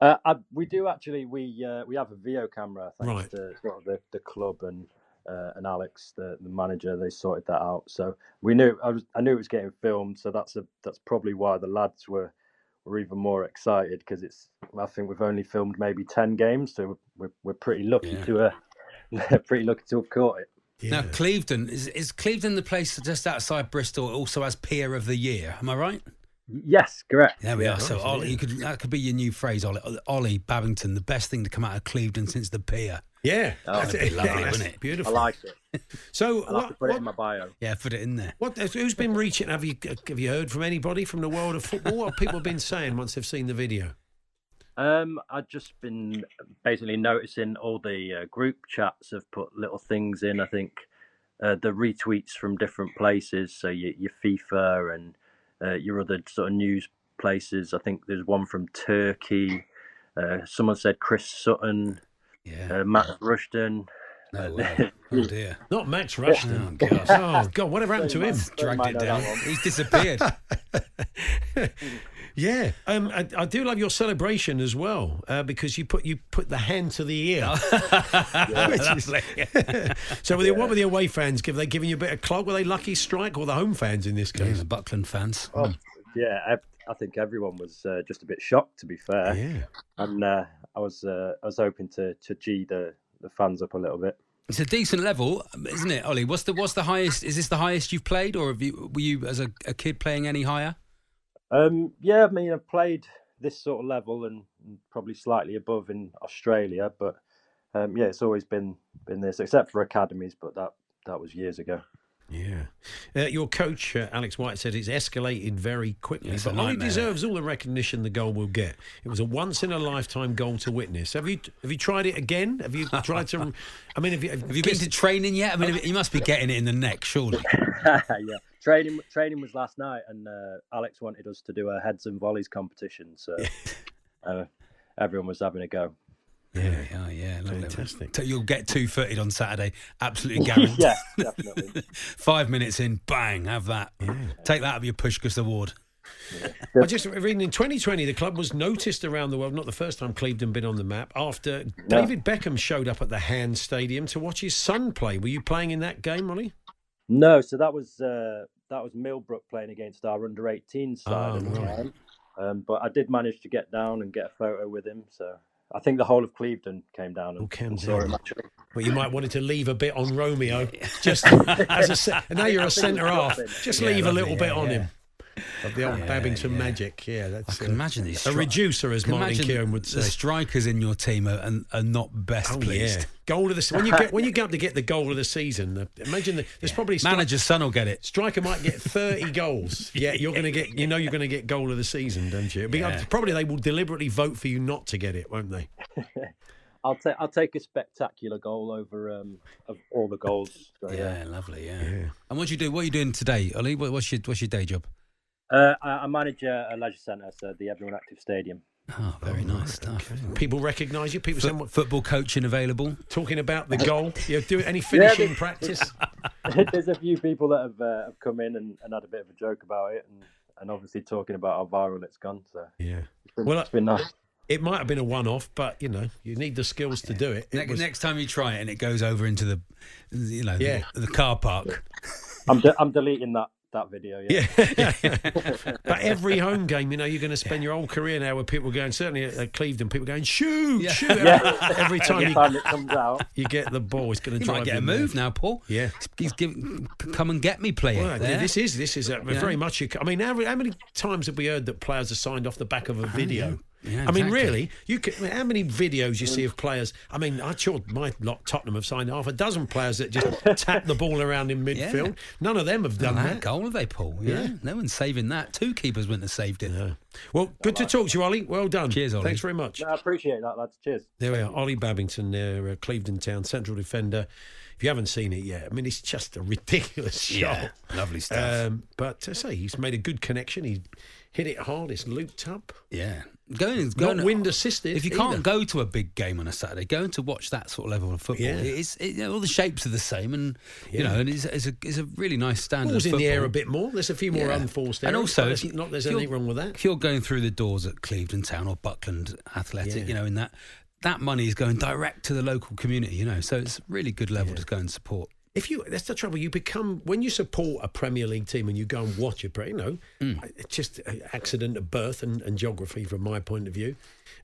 [SPEAKER 6] Uh, I, we do actually. We uh, we have a video camera thanks
[SPEAKER 3] Right.
[SPEAKER 6] to sort of the, the club and uh, and Alex, the, the manager. They sorted that out, so we knew. I, was, I knew it was getting filmed, so that's a that's probably why the lads were were even more excited because it's. I think we've only filmed maybe ten games, so we're we're pretty lucky to uh, pretty lucky to have caught it.
[SPEAKER 4] Now, Clevedon, is, is Clevedon the place just outside Bristol? It also has Peer of the Year. Am I right?
[SPEAKER 6] Yes, correct.
[SPEAKER 4] There we are. So, Ollie, you could, that could be your new phrase, Ollie. Ollie Babington, the best thing to come out of Clevedon since the Pier.
[SPEAKER 3] Yeah,
[SPEAKER 4] that'd be lovely, wouldn't it?
[SPEAKER 3] Beautiful.
[SPEAKER 6] I like it.
[SPEAKER 3] So,
[SPEAKER 6] I'll have to
[SPEAKER 3] what,
[SPEAKER 6] put it
[SPEAKER 3] what,
[SPEAKER 6] in my bio.
[SPEAKER 4] Yeah, put it in there.
[SPEAKER 3] what- who's been reaching? Have you have you heard from anybody from the world of football? What have people been saying once they've seen the video?
[SPEAKER 6] Um, I've just been basically noticing all the uh, group chats have put little things in. I think uh, the retweets from different places, so your, your FIFA and uh, your other sort of news places. I think there's one from Turkey. Uh, someone said Chris Sutton,
[SPEAKER 4] Yeah.
[SPEAKER 6] uh, Matt Rushton.
[SPEAKER 4] No way. Oh, dear.
[SPEAKER 3] Not Max Rushton.
[SPEAKER 4] Oh, God.
[SPEAKER 3] Oh God, whatever happened to him?
[SPEAKER 4] Dragged
[SPEAKER 6] might
[SPEAKER 4] it
[SPEAKER 6] know
[SPEAKER 4] down.
[SPEAKER 6] that one.
[SPEAKER 4] He's disappeared.
[SPEAKER 3] Yeah, um, I, I do love your celebration as well uh, because you put you put the hand to the ear.
[SPEAKER 6] Oh.
[SPEAKER 3] so, were the, what were the away fans? Give they giving you a bit of clock? Were they lucky strike or the home fans in this
[SPEAKER 4] Yeah,
[SPEAKER 3] case?
[SPEAKER 4] the Buckland fans.
[SPEAKER 6] Oh, yeah, I, I think everyone was uh, just a bit shocked, to be fair.
[SPEAKER 3] Yeah.
[SPEAKER 6] And uh, I was uh, I was hoping to to g the the fans up a little bit.
[SPEAKER 4] It's a decent level, isn't it, Ollie? What's the what's the highest? Is this the highest you've played, or have you were you as a, a kid playing any higher?
[SPEAKER 6] Um, yeah, I mean, I've played this sort of level and and probably slightly above in Australia, but um, yeah, it's always been been this, except for academies, but that that was years ago.
[SPEAKER 3] Yeah. Uh, your coach, uh, Alex White, said it's escalated very quickly.
[SPEAKER 4] Yeah, it's a
[SPEAKER 3] but Lonnie
[SPEAKER 4] nightmare.
[SPEAKER 3] deserves all the recognition the goal will get. It was a once in a lifetime goal to witness. Have you have you tried it again? Have you tried to? I mean, have you,
[SPEAKER 4] Have you been to training yet? I mean,
[SPEAKER 6] Uh,
[SPEAKER 4] you must be getting it in the neck, surely.
[SPEAKER 6] yeah, training training was last night, and uh, Alex wanted us to do a heads and volleys competition, so uh, everyone was having a go.
[SPEAKER 4] Yeah, yeah, yeah. lovely.
[SPEAKER 3] Fantastic.
[SPEAKER 4] So You'll get two footed on Saturday, absolutely guaranteed.
[SPEAKER 6] Yeah, definitely.
[SPEAKER 4] Five minutes in, bang, have that. Take that up your Pushkus Award.
[SPEAKER 3] I just reading in 2020, the club was noticed around the world. Not the first time Clevedon been on the map. After David Beckham showed up at the Hand Stadium to watch his son play. Were you playing in that game, Ronnie?
[SPEAKER 6] No, so that was uh, that was Millbrook playing against our under 18 side
[SPEAKER 3] Ah,
[SPEAKER 6] at the
[SPEAKER 3] right.
[SPEAKER 6] time. Um, but I did manage to get down and get a photo with him. So I think the whole of Clevedon came down and,
[SPEAKER 3] Oh, came
[SPEAKER 6] and saw
[SPEAKER 3] down.
[SPEAKER 6] him actually.
[SPEAKER 3] Well, you might wanted to leave a bit on Romeo. Just as a, se- now you're a centre half. Just
[SPEAKER 4] Yeah,
[SPEAKER 3] leave a
[SPEAKER 4] lovely,
[SPEAKER 3] little
[SPEAKER 4] yeah,
[SPEAKER 3] bit on
[SPEAKER 4] yeah.
[SPEAKER 3] him. Of the old Babington magic. Yeah,
[SPEAKER 4] I
[SPEAKER 3] that's
[SPEAKER 4] can imagine these.
[SPEAKER 3] a
[SPEAKER 4] stri-
[SPEAKER 3] reducer, as
[SPEAKER 4] Can
[SPEAKER 3] Martin
[SPEAKER 4] imagine
[SPEAKER 3] Keown would
[SPEAKER 4] The
[SPEAKER 3] say.
[SPEAKER 4] strikers in your team are, are, are not best
[SPEAKER 3] Oh
[SPEAKER 4] pleased.
[SPEAKER 3] yeah, goal of the se- when you get when you go up to get the goal of the season. the- Imagine the, there's probably stri-
[SPEAKER 4] Manager's son will get it.
[SPEAKER 3] striker might get 30 goals. Yeah, you're going to get you know you're going to get goal of the season, don't you? It'd be-
[SPEAKER 4] Yeah.
[SPEAKER 3] Probably they will deliberately vote for you not to get it, won't they?
[SPEAKER 6] I'll take I'll take a spectacular goal over um of all the goals. So,
[SPEAKER 4] Yeah, lovely. Yeah. And what do you do? What are you doing today, Ollie? What, what's your What's your day job?
[SPEAKER 6] Uh, I, I manage a, a leisure centre, so the Everyone Active Stadium.
[SPEAKER 4] Oh, very nice stuff.
[SPEAKER 3] People recognise you. People
[SPEAKER 4] Fo-
[SPEAKER 3] saying, what,
[SPEAKER 4] football coaching available.
[SPEAKER 3] talking about the goal. You do any finishing
[SPEAKER 6] they-
[SPEAKER 3] practice?
[SPEAKER 6] There's a few people that have, uh, have come in and, and had a bit of a joke about it, and, and obviously talking about how viral it's gone. So
[SPEAKER 3] Yeah.
[SPEAKER 6] it's been,
[SPEAKER 3] Well,
[SPEAKER 6] it's been nice.
[SPEAKER 3] It might have been a one-off, but you know you need the skills to do it. It
[SPEAKER 4] Next,
[SPEAKER 3] was-
[SPEAKER 4] next time you try it and it goes over into the, you know,
[SPEAKER 3] Yeah.
[SPEAKER 4] the, the car park.
[SPEAKER 6] I'm de- I'm deleting that that video. Yeah.
[SPEAKER 3] Yeah. but every home game, you know, you're going to spend your whole career now where people are going, certainly at at Clevedon, people are going, shoot,
[SPEAKER 4] Yeah.
[SPEAKER 3] shoot. Every time
[SPEAKER 6] Every
[SPEAKER 3] you,
[SPEAKER 6] time it comes out,
[SPEAKER 3] you get the ball, it's going to
[SPEAKER 4] You
[SPEAKER 3] drive
[SPEAKER 4] might get
[SPEAKER 3] you
[SPEAKER 4] a
[SPEAKER 3] mad.
[SPEAKER 4] move now, Paul.
[SPEAKER 3] Yeah.
[SPEAKER 4] He's giving, come and get me, player.
[SPEAKER 3] Well,
[SPEAKER 4] there.
[SPEAKER 3] this is this is a, very much. A, I mean, how, how many times have we heard that players are signed off the back of a video?
[SPEAKER 4] Yeah,
[SPEAKER 3] I mean,
[SPEAKER 4] exactly.
[SPEAKER 3] really, you could, I mean, how many videos you see of players? I mean, I sure my lot Tottenham have signed half a dozen players that just tap the ball around in midfield. None of them have
[SPEAKER 4] Done
[SPEAKER 3] done
[SPEAKER 4] that
[SPEAKER 3] that.
[SPEAKER 4] Ah, goal, have they, Paul? Yeah. No one's saving that. Two keepers wouldn't have saved it.
[SPEAKER 3] Well, good to talk to you, Ollie. Well done.
[SPEAKER 4] Cheers, Ollie.
[SPEAKER 3] Thanks very much.
[SPEAKER 6] No, I appreciate that, lads. Cheers.
[SPEAKER 3] There we are, Ollie Babington, there, uh, Clevedon Town central defender. If you haven't seen it yet, I mean, it's just a ridiculous shot.
[SPEAKER 4] Yeah, lovely stuff.
[SPEAKER 3] Um, but to say he's made a good connection, he hit it hard. It's looped up.
[SPEAKER 4] yeah. Going, going
[SPEAKER 3] Not wind assisted.
[SPEAKER 4] If you
[SPEAKER 3] either.
[SPEAKER 4] can't go to a big game on a Saturday, going to watch that sort of level of football,
[SPEAKER 3] Yeah.
[SPEAKER 4] it is, it, you know, all the shapes are the same, and you know, and it's, it's a it's a really nice standard.
[SPEAKER 3] balls
[SPEAKER 4] of
[SPEAKER 3] in the air a
[SPEAKER 4] football.
[SPEAKER 3] bit more. There's a few more
[SPEAKER 4] Yeah.
[SPEAKER 3] unforced errors.
[SPEAKER 4] And also,
[SPEAKER 3] but
[SPEAKER 4] if
[SPEAKER 3] it's not there's
[SPEAKER 4] if
[SPEAKER 3] anything
[SPEAKER 4] you're-
[SPEAKER 3] wrong with that.
[SPEAKER 4] If you're going through the doors at Clevedon Town or Buckland Athletic, you know, in that that money is going direct to the local community, you know, so it's a really good level to go and support.
[SPEAKER 3] If you that's the trouble. You become when you support a Premier League team and you go and watch a Pre- you know,
[SPEAKER 4] Hmm.
[SPEAKER 3] it's just a accident of birth and, and geography from my point of view.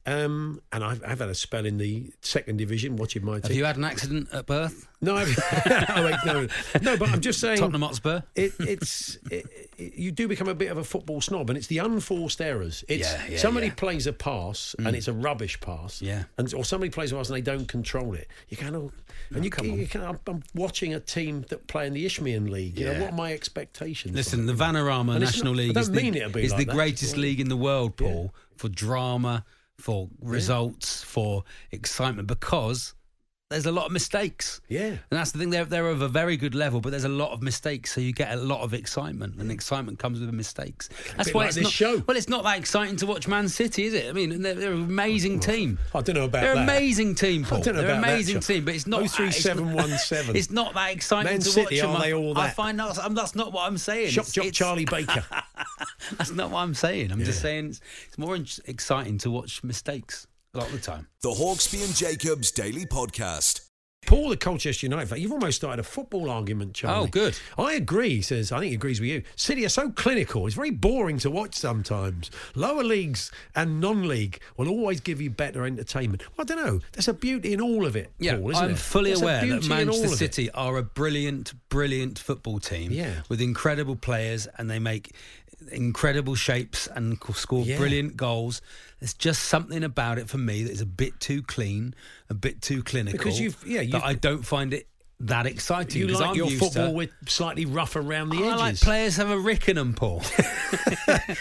[SPEAKER 3] Um, and I've, I've had a spell in the second division watching my
[SPEAKER 4] Have
[SPEAKER 3] team.
[SPEAKER 4] you had an accident at birth?
[SPEAKER 3] No, I've, oh, wait, no, no. But I'm just saying.
[SPEAKER 4] Tottenham Hotspur.
[SPEAKER 3] it, it's it, it, you do become a bit of a football snob, and it's the unforced errors. It's
[SPEAKER 4] Yeah, yeah,
[SPEAKER 3] somebody
[SPEAKER 4] yeah. Mm.
[SPEAKER 3] plays a pass and it's a rubbish pass,
[SPEAKER 4] Yeah.
[SPEAKER 3] and or somebody plays a pass and they don't control it. You kind of
[SPEAKER 4] Oh,
[SPEAKER 3] and you, can you kind of, I'm watching a team that play in the Ishmian League. You know
[SPEAKER 4] Yeah.
[SPEAKER 3] what are my expectations?
[SPEAKER 4] Listen, the Vanarama
[SPEAKER 3] And it's
[SPEAKER 4] National
[SPEAKER 3] not- I
[SPEAKER 4] League
[SPEAKER 3] don't
[SPEAKER 4] is
[SPEAKER 3] mean
[SPEAKER 4] the,
[SPEAKER 3] it'll be
[SPEAKER 4] is
[SPEAKER 3] like
[SPEAKER 4] the
[SPEAKER 3] that.
[SPEAKER 4] greatest
[SPEAKER 3] Yeah.
[SPEAKER 4] league in the world, Paul, for drama, for results, for excitement, because there's a lot of mistakes.
[SPEAKER 3] Yeah.
[SPEAKER 4] And that's the thing, they're, they're of a very good level, but there's a lot of mistakes, so you get a lot of excitement, and excitement comes with the mistakes. That's
[SPEAKER 3] bit
[SPEAKER 4] why
[SPEAKER 3] like
[SPEAKER 4] it's
[SPEAKER 3] this
[SPEAKER 4] not,
[SPEAKER 3] show.
[SPEAKER 4] Well, it's not that exciting to watch Man City, is it? I mean, they're, they're an amazing team.
[SPEAKER 3] I don't know about
[SPEAKER 4] They're
[SPEAKER 3] that.
[SPEAKER 4] an amazing team, Paul.
[SPEAKER 3] I don't know
[SPEAKER 4] they're an
[SPEAKER 3] about that, Oh
[SPEAKER 4] amazing
[SPEAKER 3] Chuck.
[SPEAKER 4] team, but it's not. that- it's not-
[SPEAKER 3] 03717.
[SPEAKER 4] It's not that exciting
[SPEAKER 3] Man
[SPEAKER 4] to
[SPEAKER 3] City,
[SPEAKER 4] watch them.
[SPEAKER 3] are
[SPEAKER 4] I-
[SPEAKER 3] they all
[SPEAKER 4] I
[SPEAKER 3] that?
[SPEAKER 4] find that's, um, that's not what I'm saying.
[SPEAKER 3] Shop,
[SPEAKER 4] It's-
[SPEAKER 3] shop,
[SPEAKER 4] it's-
[SPEAKER 3] Charlie Baker.
[SPEAKER 4] That's not what I'm saying. I'm just saying it's, it's more in- exciting to watch mistakes a lot of the time.
[SPEAKER 2] The Hawksby and Jacobs Daily Podcast.
[SPEAKER 3] Paul, the Colchester United fan, you've almost started a football argument, Charlie.
[SPEAKER 4] Oh, good.
[SPEAKER 3] I agree, he says, I think he agrees with you. City are so clinical. It's very boring to watch sometimes. Lower leagues and non league will always give you better entertainment. Well, I don't know. There's a beauty in all of it, Paul, isn't
[SPEAKER 4] I'm
[SPEAKER 3] there?
[SPEAKER 4] fully
[SPEAKER 3] There's a
[SPEAKER 4] aware that
[SPEAKER 3] beauty in all
[SPEAKER 4] Manchester
[SPEAKER 3] of it.
[SPEAKER 4] City are a brilliant, brilliant football team
[SPEAKER 3] Yeah.
[SPEAKER 4] with incredible players and they make incredible shapes and c- score
[SPEAKER 3] Yeah.
[SPEAKER 4] brilliant goals. There's just something about it for me that is a bit too clean, a bit too clinical.
[SPEAKER 3] Because you've- yeah, you've-
[SPEAKER 4] that I don't find it that exciting.
[SPEAKER 3] You
[SPEAKER 4] because
[SPEAKER 3] like
[SPEAKER 4] I'm
[SPEAKER 3] your
[SPEAKER 4] used to-
[SPEAKER 3] football with slightly rough around the
[SPEAKER 4] I
[SPEAKER 3] edges.
[SPEAKER 4] like players have a rick in 'em, Paul.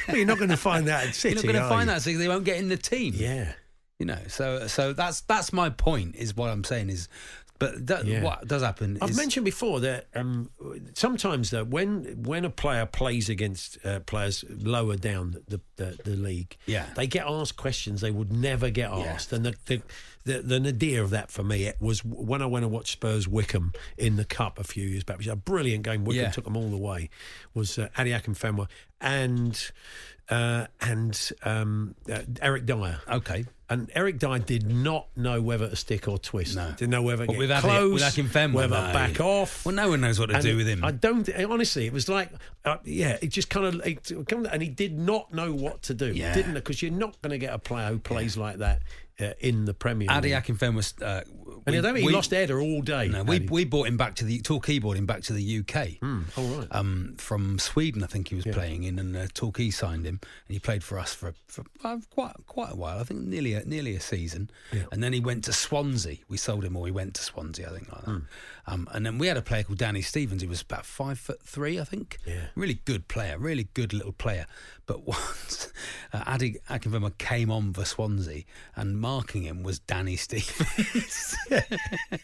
[SPEAKER 3] Well, you're not going to find that at City.
[SPEAKER 4] You're not going to
[SPEAKER 3] are
[SPEAKER 4] find
[SPEAKER 3] you?
[SPEAKER 4] that, so they won't get in the team.
[SPEAKER 3] Yeah.
[SPEAKER 4] you know so so that's that's my point is what i'm saying is but that,
[SPEAKER 3] Yeah.
[SPEAKER 4] what does happen
[SPEAKER 3] I've
[SPEAKER 4] is
[SPEAKER 3] mentioned before that um, sometimes though, when when a player plays against uh, players lower down the, the the league,
[SPEAKER 4] Yeah.
[SPEAKER 3] they get asked questions they would never get
[SPEAKER 4] Yeah.
[SPEAKER 3] asked. And the the, the the nadir of that for me it was when I went and watched Spurs Wickham in the cup a few years back, which was a brilliant game. Wickham
[SPEAKER 4] Yeah.
[SPEAKER 3] took them all the way. Was uh, Adiak and Fenwa and uh, and um, uh, Eric Dyer.
[SPEAKER 4] okay
[SPEAKER 3] And Eric Dyer did not know whether to stick or twist.
[SPEAKER 4] No.
[SPEAKER 3] Didn't know whether to
[SPEAKER 4] But
[SPEAKER 3] get
[SPEAKER 4] without it-
[SPEAKER 3] close,
[SPEAKER 4] without him Fenwa,
[SPEAKER 3] whether
[SPEAKER 4] no.
[SPEAKER 3] back off.
[SPEAKER 4] well no one knows what to
[SPEAKER 3] And
[SPEAKER 4] do with him
[SPEAKER 3] I don't honestly. It was like, uh, yeah, it just kind of, it, kind of- and he did not know what to do,
[SPEAKER 4] Yeah.
[SPEAKER 3] didn't? Because you're not going to get a player who plays like that uh, in the Premier
[SPEAKER 4] Adi
[SPEAKER 3] League.
[SPEAKER 4] Akinfenwa was. Uh,
[SPEAKER 3] And
[SPEAKER 4] we-
[SPEAKER 3] although he
[SPEAKER 4] we-
[SPEAKER 3] lost Eder all day.
[SPEAKER 4] No, we,
[SPEAKER 3] Adi.
[SPEAKER 4] we bought him back to the Tall Keyboard him back to the UK.
[SPEAKER 3] all right.
[SPEAKER 4] Um, from Sweden, I think he was playing in, and uh, Torquay signed him, and he played for us for, for uh, quite quite a while. I think nearly a, nearly a season, and then he went to Swansea. We sold him, or he went to Swansea, I think. Like that.
[SPEAKER 3] Hmm.
[SPEAKER 4] Um, and then we had a player called Danny Stevens. He was about five foot three, I think.
[SPEAKER 3] Yeah.
[SPEAKER 4] really good player, really good little player. But once uh, Adi Akinfenwa came on for Swansea, and marking him was Danny Stevens,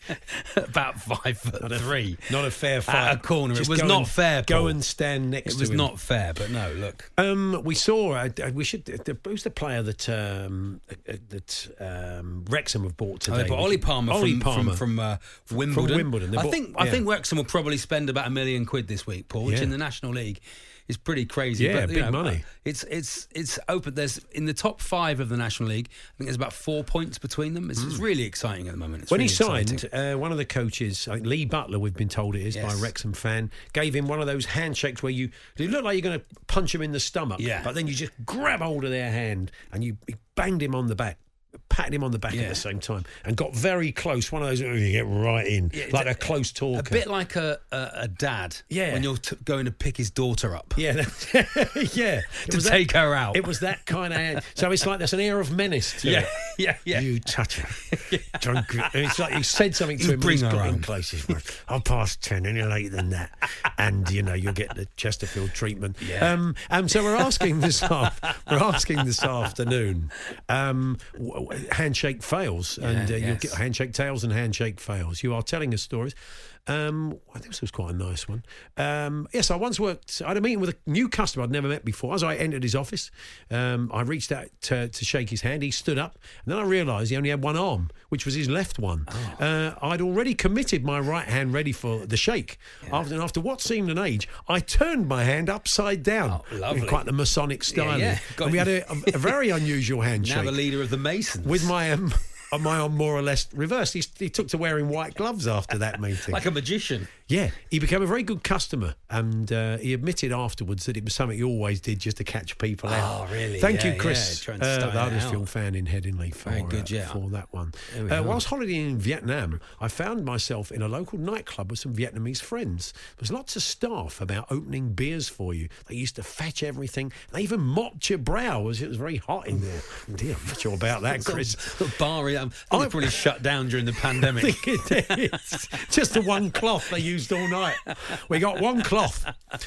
[SPEAKER 4] about five foot three.
[SPEAKER 3] Not a fair fight.
[SPEAKER 4] a corner. It
[SPEAKER 3] Just
[SPEAKER 4] was
[SPEAKER 3] go
[SPEAKER 4] not
[SPEAKER 3] and-
[SPEAKER 4] fair,
[SPEAKER 3] Go
[SPEAKER 4] Paul.
[SPEAKER 3] and stand next
[SPEAKER 4] It
[SPEAKER 3] to
[SPEAKER 4] was
[SPEAKER 3] him.
[SPEAKER 4] not fair, but no, look.
[SPEAKER 3] Um, we saw. Uh, d- we should. uh, Who's the player that um, uh, uh, that um, Wrexham have bought
[SPEAKER 4] Oh,
[SPEAKER 3] today?
[SPEAKER 4] they bought Ollie Palmer,
[SPEAKER 3] Ollie
[SPEAKER 4] from,
[SPEAKER 3] Palmer.
[SPEAKER 4] from, from uh, Wimbledon.
[SPEAKER 3] Wimbledon, they
[SPEAKER 4] I
[SPEAKER 3] bought-
[SPEAKER 4] think I
[SPEAKER 3] yeah.
[SPEAKER 4] think Wrexham will probably spend about a million quid this week, Paul, which
[SPEAKER 3] Yeah.
[SPEAKER 4] in the National League is pretty crazy.
[SPEAKER 3] Yeah,
[SPEAKER 4] but, you
[SPEAKER 3] big
[SPEAKER 4] know,
[SPEAKER 3] money.
[SPEAKER 4] uh, It's it's it's open. There's in the top five of the National League. I think there's about four points between them. It's, it's really exciting at the moment. It's
[SPEAKER 3] Hmm. when he
[SPEAKER 4] really exciting.
[SPEAKER 3] signed, uh, one of the coaches, I think Lee Butler, we've been told it is by a
[SPEAKER 4] Yes.
[SPEAKER 3] Wrexham fan, gave him one of those handshakes where you you look like you're going to punch him in the stomach,
[SPEAKER 4] Yeah.
[SPEAKER 3] but then you just grab hold of their hand and you you banged him on the back. Patted him on the back at
[SPEAKER 4] Yeah.
[SPEAKER 3] the same time and got very close. One of those, oh, you get right in,
[SPEAKER 4] Yeah,
[SPEAKER 3] like a,
[SPEAKER 4] it's
[SPEAKER 3] close talker.
[SPEAKER 4] a bit like a, a, a dad.
[SPEAKER 3] Yeah.
[SPEAKER 4] when you're t- going to pick his daughter up.
[SPEAKER 3] Yeah, that- yeah. It
[SPEAKER 4] To
[SPEAKER 3] was that-
[SPEAKER 4] take her out.
[SPEAKER 3] It was that kind of. So it's like there's an air of menace to
[SPEAKER 4] Yeah,
[SPEAKER 3] it.
[SPEAKER 4] yeah, yeah.
[SPEAKER 3] You touch her. Don't gr- It's like you said something to
[SPEAKER 4] You
[SPEAKER 3] him.
[SPEAKER 4] bring
[SPEAKER 3] he's
[SPEAKER 4] her
[SPEAKER 3] got in
[SPEAKER 4] home.
[SPEAKER 3] places. where, I'll pass ten any later than that, and you know you'll get the Chesterfield treatment.
[SPEAKER 4] Yeah.
[SPEAKER 3] Um, and so we're asking this af- we're asking this afternoon. Um, w- w- handshake fails, and
[SPEAKER 4] Yeah,
[SPEAKER 3] uh, you'll
[SPEAKER 4] yes.
[SPEAKER 3] get handshake tails and handshake fails. You are telling us stories. Um, I think this was quite a nice one. Um, yes, I once worked. I had a meeting with a new customer I'd never met before. As I entered his office, um, I reached out to, to shake his hand. He stood up, and then I realised he only had one arm, which was his left one.
[SPEAKER 4] Oh.
[SPEAKER 3] Uh, I'd already committed my right hand ready for the shake. After and after what seemed an age, I turned my hand upside down.
[SPEAKER 4] Oh, lovely.
[SPEAKER 3] In quite the Masonic style.
[SPEAKER 4] yeah. Got
[SPEAKER 3] And we
[SPEAKER 4] it.
[SPEAKER 3] had a, a very unusual handshake
[SPEAKER 4] Now the leader of the Masons.
[SPEAKER 3] with my um, my arm more or less reversed. He, he took to wearing white gloves after that meeting.
[SPEAKER 4] like a magician.
[SPEAKER 3] yeah, he became a very good customer, and uh, he admitted afterwards that it was something he always did just to catch people out.
[SPEAKER 4] Oh, really?
[SPEAKER 3] Thank
[SPEAKER 4] Yeah,
[SPEAKER 3] you, Chris,
[SPEAKER 4] yeah, trying to
[SPEAKER 3] uh,
[SPEAKER 4] style
[SPEAKER 3] the
[SPEAKER 4] it
[SPEAKER 3] Huddersfield
[SPEAKER 4] out.
[SPEAKER 3] fan in Headingley for,
[SPEAKER 4] Very good,
[SPEAKER 3] uh,
[SPEAKER 4] yeah.
[SPEAKER 3] for that one.
[SPEAKER 4] There we
[SPEAKER 3] Uh,
[SPEAKER 4] are.
[SPEAKER 3] whilst holidaying in Vietnam, I found myself in a local nightclub with some Vietnamese friends. There's lots of staff about opening beers for you. They used to fetch everything. They even mopped your brow as it was very hot in there. Dear, I'm not sure about that, Chris.
[SPEAKER 4] Sort of bar. Um, I
[SPEAKER 3] I-
[SPEAKER 4] think probably shut down during the
[SPEAKER 3] I
[SPEAKER 4] pandemic.
[SPEAKER 3] think it is. Just the one cloth they used all night. We got one cloth. Uh,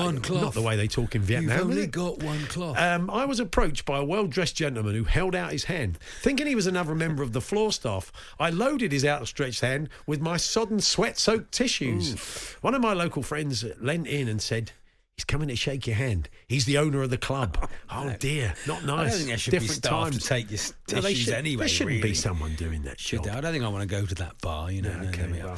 [SPEAKER 4] One cloth.
[SPEAKER 3] Not the way they talk in Vietnam.
[SPEAKER 4] You've
[SPEAKER 3] is
[SPEAKER 4] only
[SPEAKER 3] it?
[SPEAKER 4] got one cloth.
[SPEAKER 3] Um, I was approached by a well dressed gentleman who held out his hand. Thinking he was another member of the floor staff, I loaded his outstretched hand with my sodden sweat soaked tissues. One of my local friends leant in and said, He's coming to shake your hand. He's the owner of the club. Oh, dear, not nice.
[SPEAKER 4] I don't think there should be
[SPEAKER 3] Different
[SPEAKER 4] staff
[SPEAKER 3] times.
[SPEAKER 4] to take your s-
[SPEAKER 3] No, they
[SPEAKER 4] tissues
[SPEAKER 3] should-
[SPEAKER 4] anyway.
[SPEAKER 3] There shouldn't be
[SPEAKER 4] really.
[SPEAKER 3] someone doing that
[SPEAKER 4] Should
[SPEAKER 3] job.
[SPEAKER 4] they? I don't think I want to go to that bar. You know, no,
[SPEAKER 3] okay,
[SPEAKER 4] there we are.
[SPEAKER 3] well.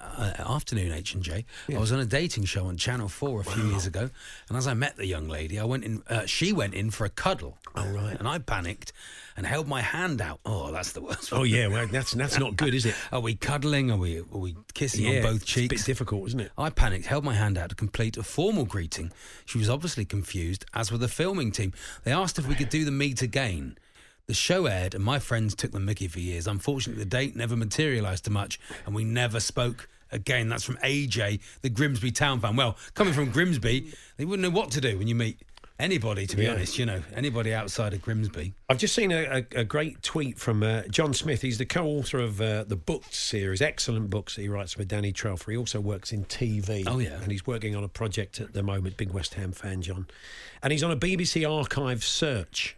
[SPEAKER 4] Uh, afternoon H and J. I was on a dating show on Channel Four a few years ago, and as I met the young lady, I went in. Uh, she went in for a cuddle. Oh right. And I panicked, and held my hand out. Oh, that's the worst.
[SPEAKER 3] Oh yeah, well that's that's not good, is it?
[SPEAKER 4] Are we cuddling? Are we are we kissing on both cheeks?
[SPEAKER 3] It's a bit difficult, isn't it?
[SPEAKER 4] I panicked, held my hand out to complete a formal greeting. She was obviously confused, as were the filming team. They asked if we could do the meet again. The show aired, and my friends took the mickey for years. Unfortunately, the date never materialised to much, and we never spoke again. That's from AJ, the Grimsby town fan. Well, coming from Grimsby, they wouldn't know what to do when you meet anybody, to be
[SPEAKER 3] Yeah.
[SPEAKER 4] honest, you know, anybody outside of Grimsby.
[SPEAKER 3] I've just seen a, a, a great tweet from uh, John Smith. He's the co-author of uh, the book series, excellent books that he writes with Danny Trelfer. He also works in TV.
[SPEAKER 4] Oh, yeah.
[SPEAKER 3] and he's working on a project at the moment. Big West Ham fan, John, and he's on a BBC archive search,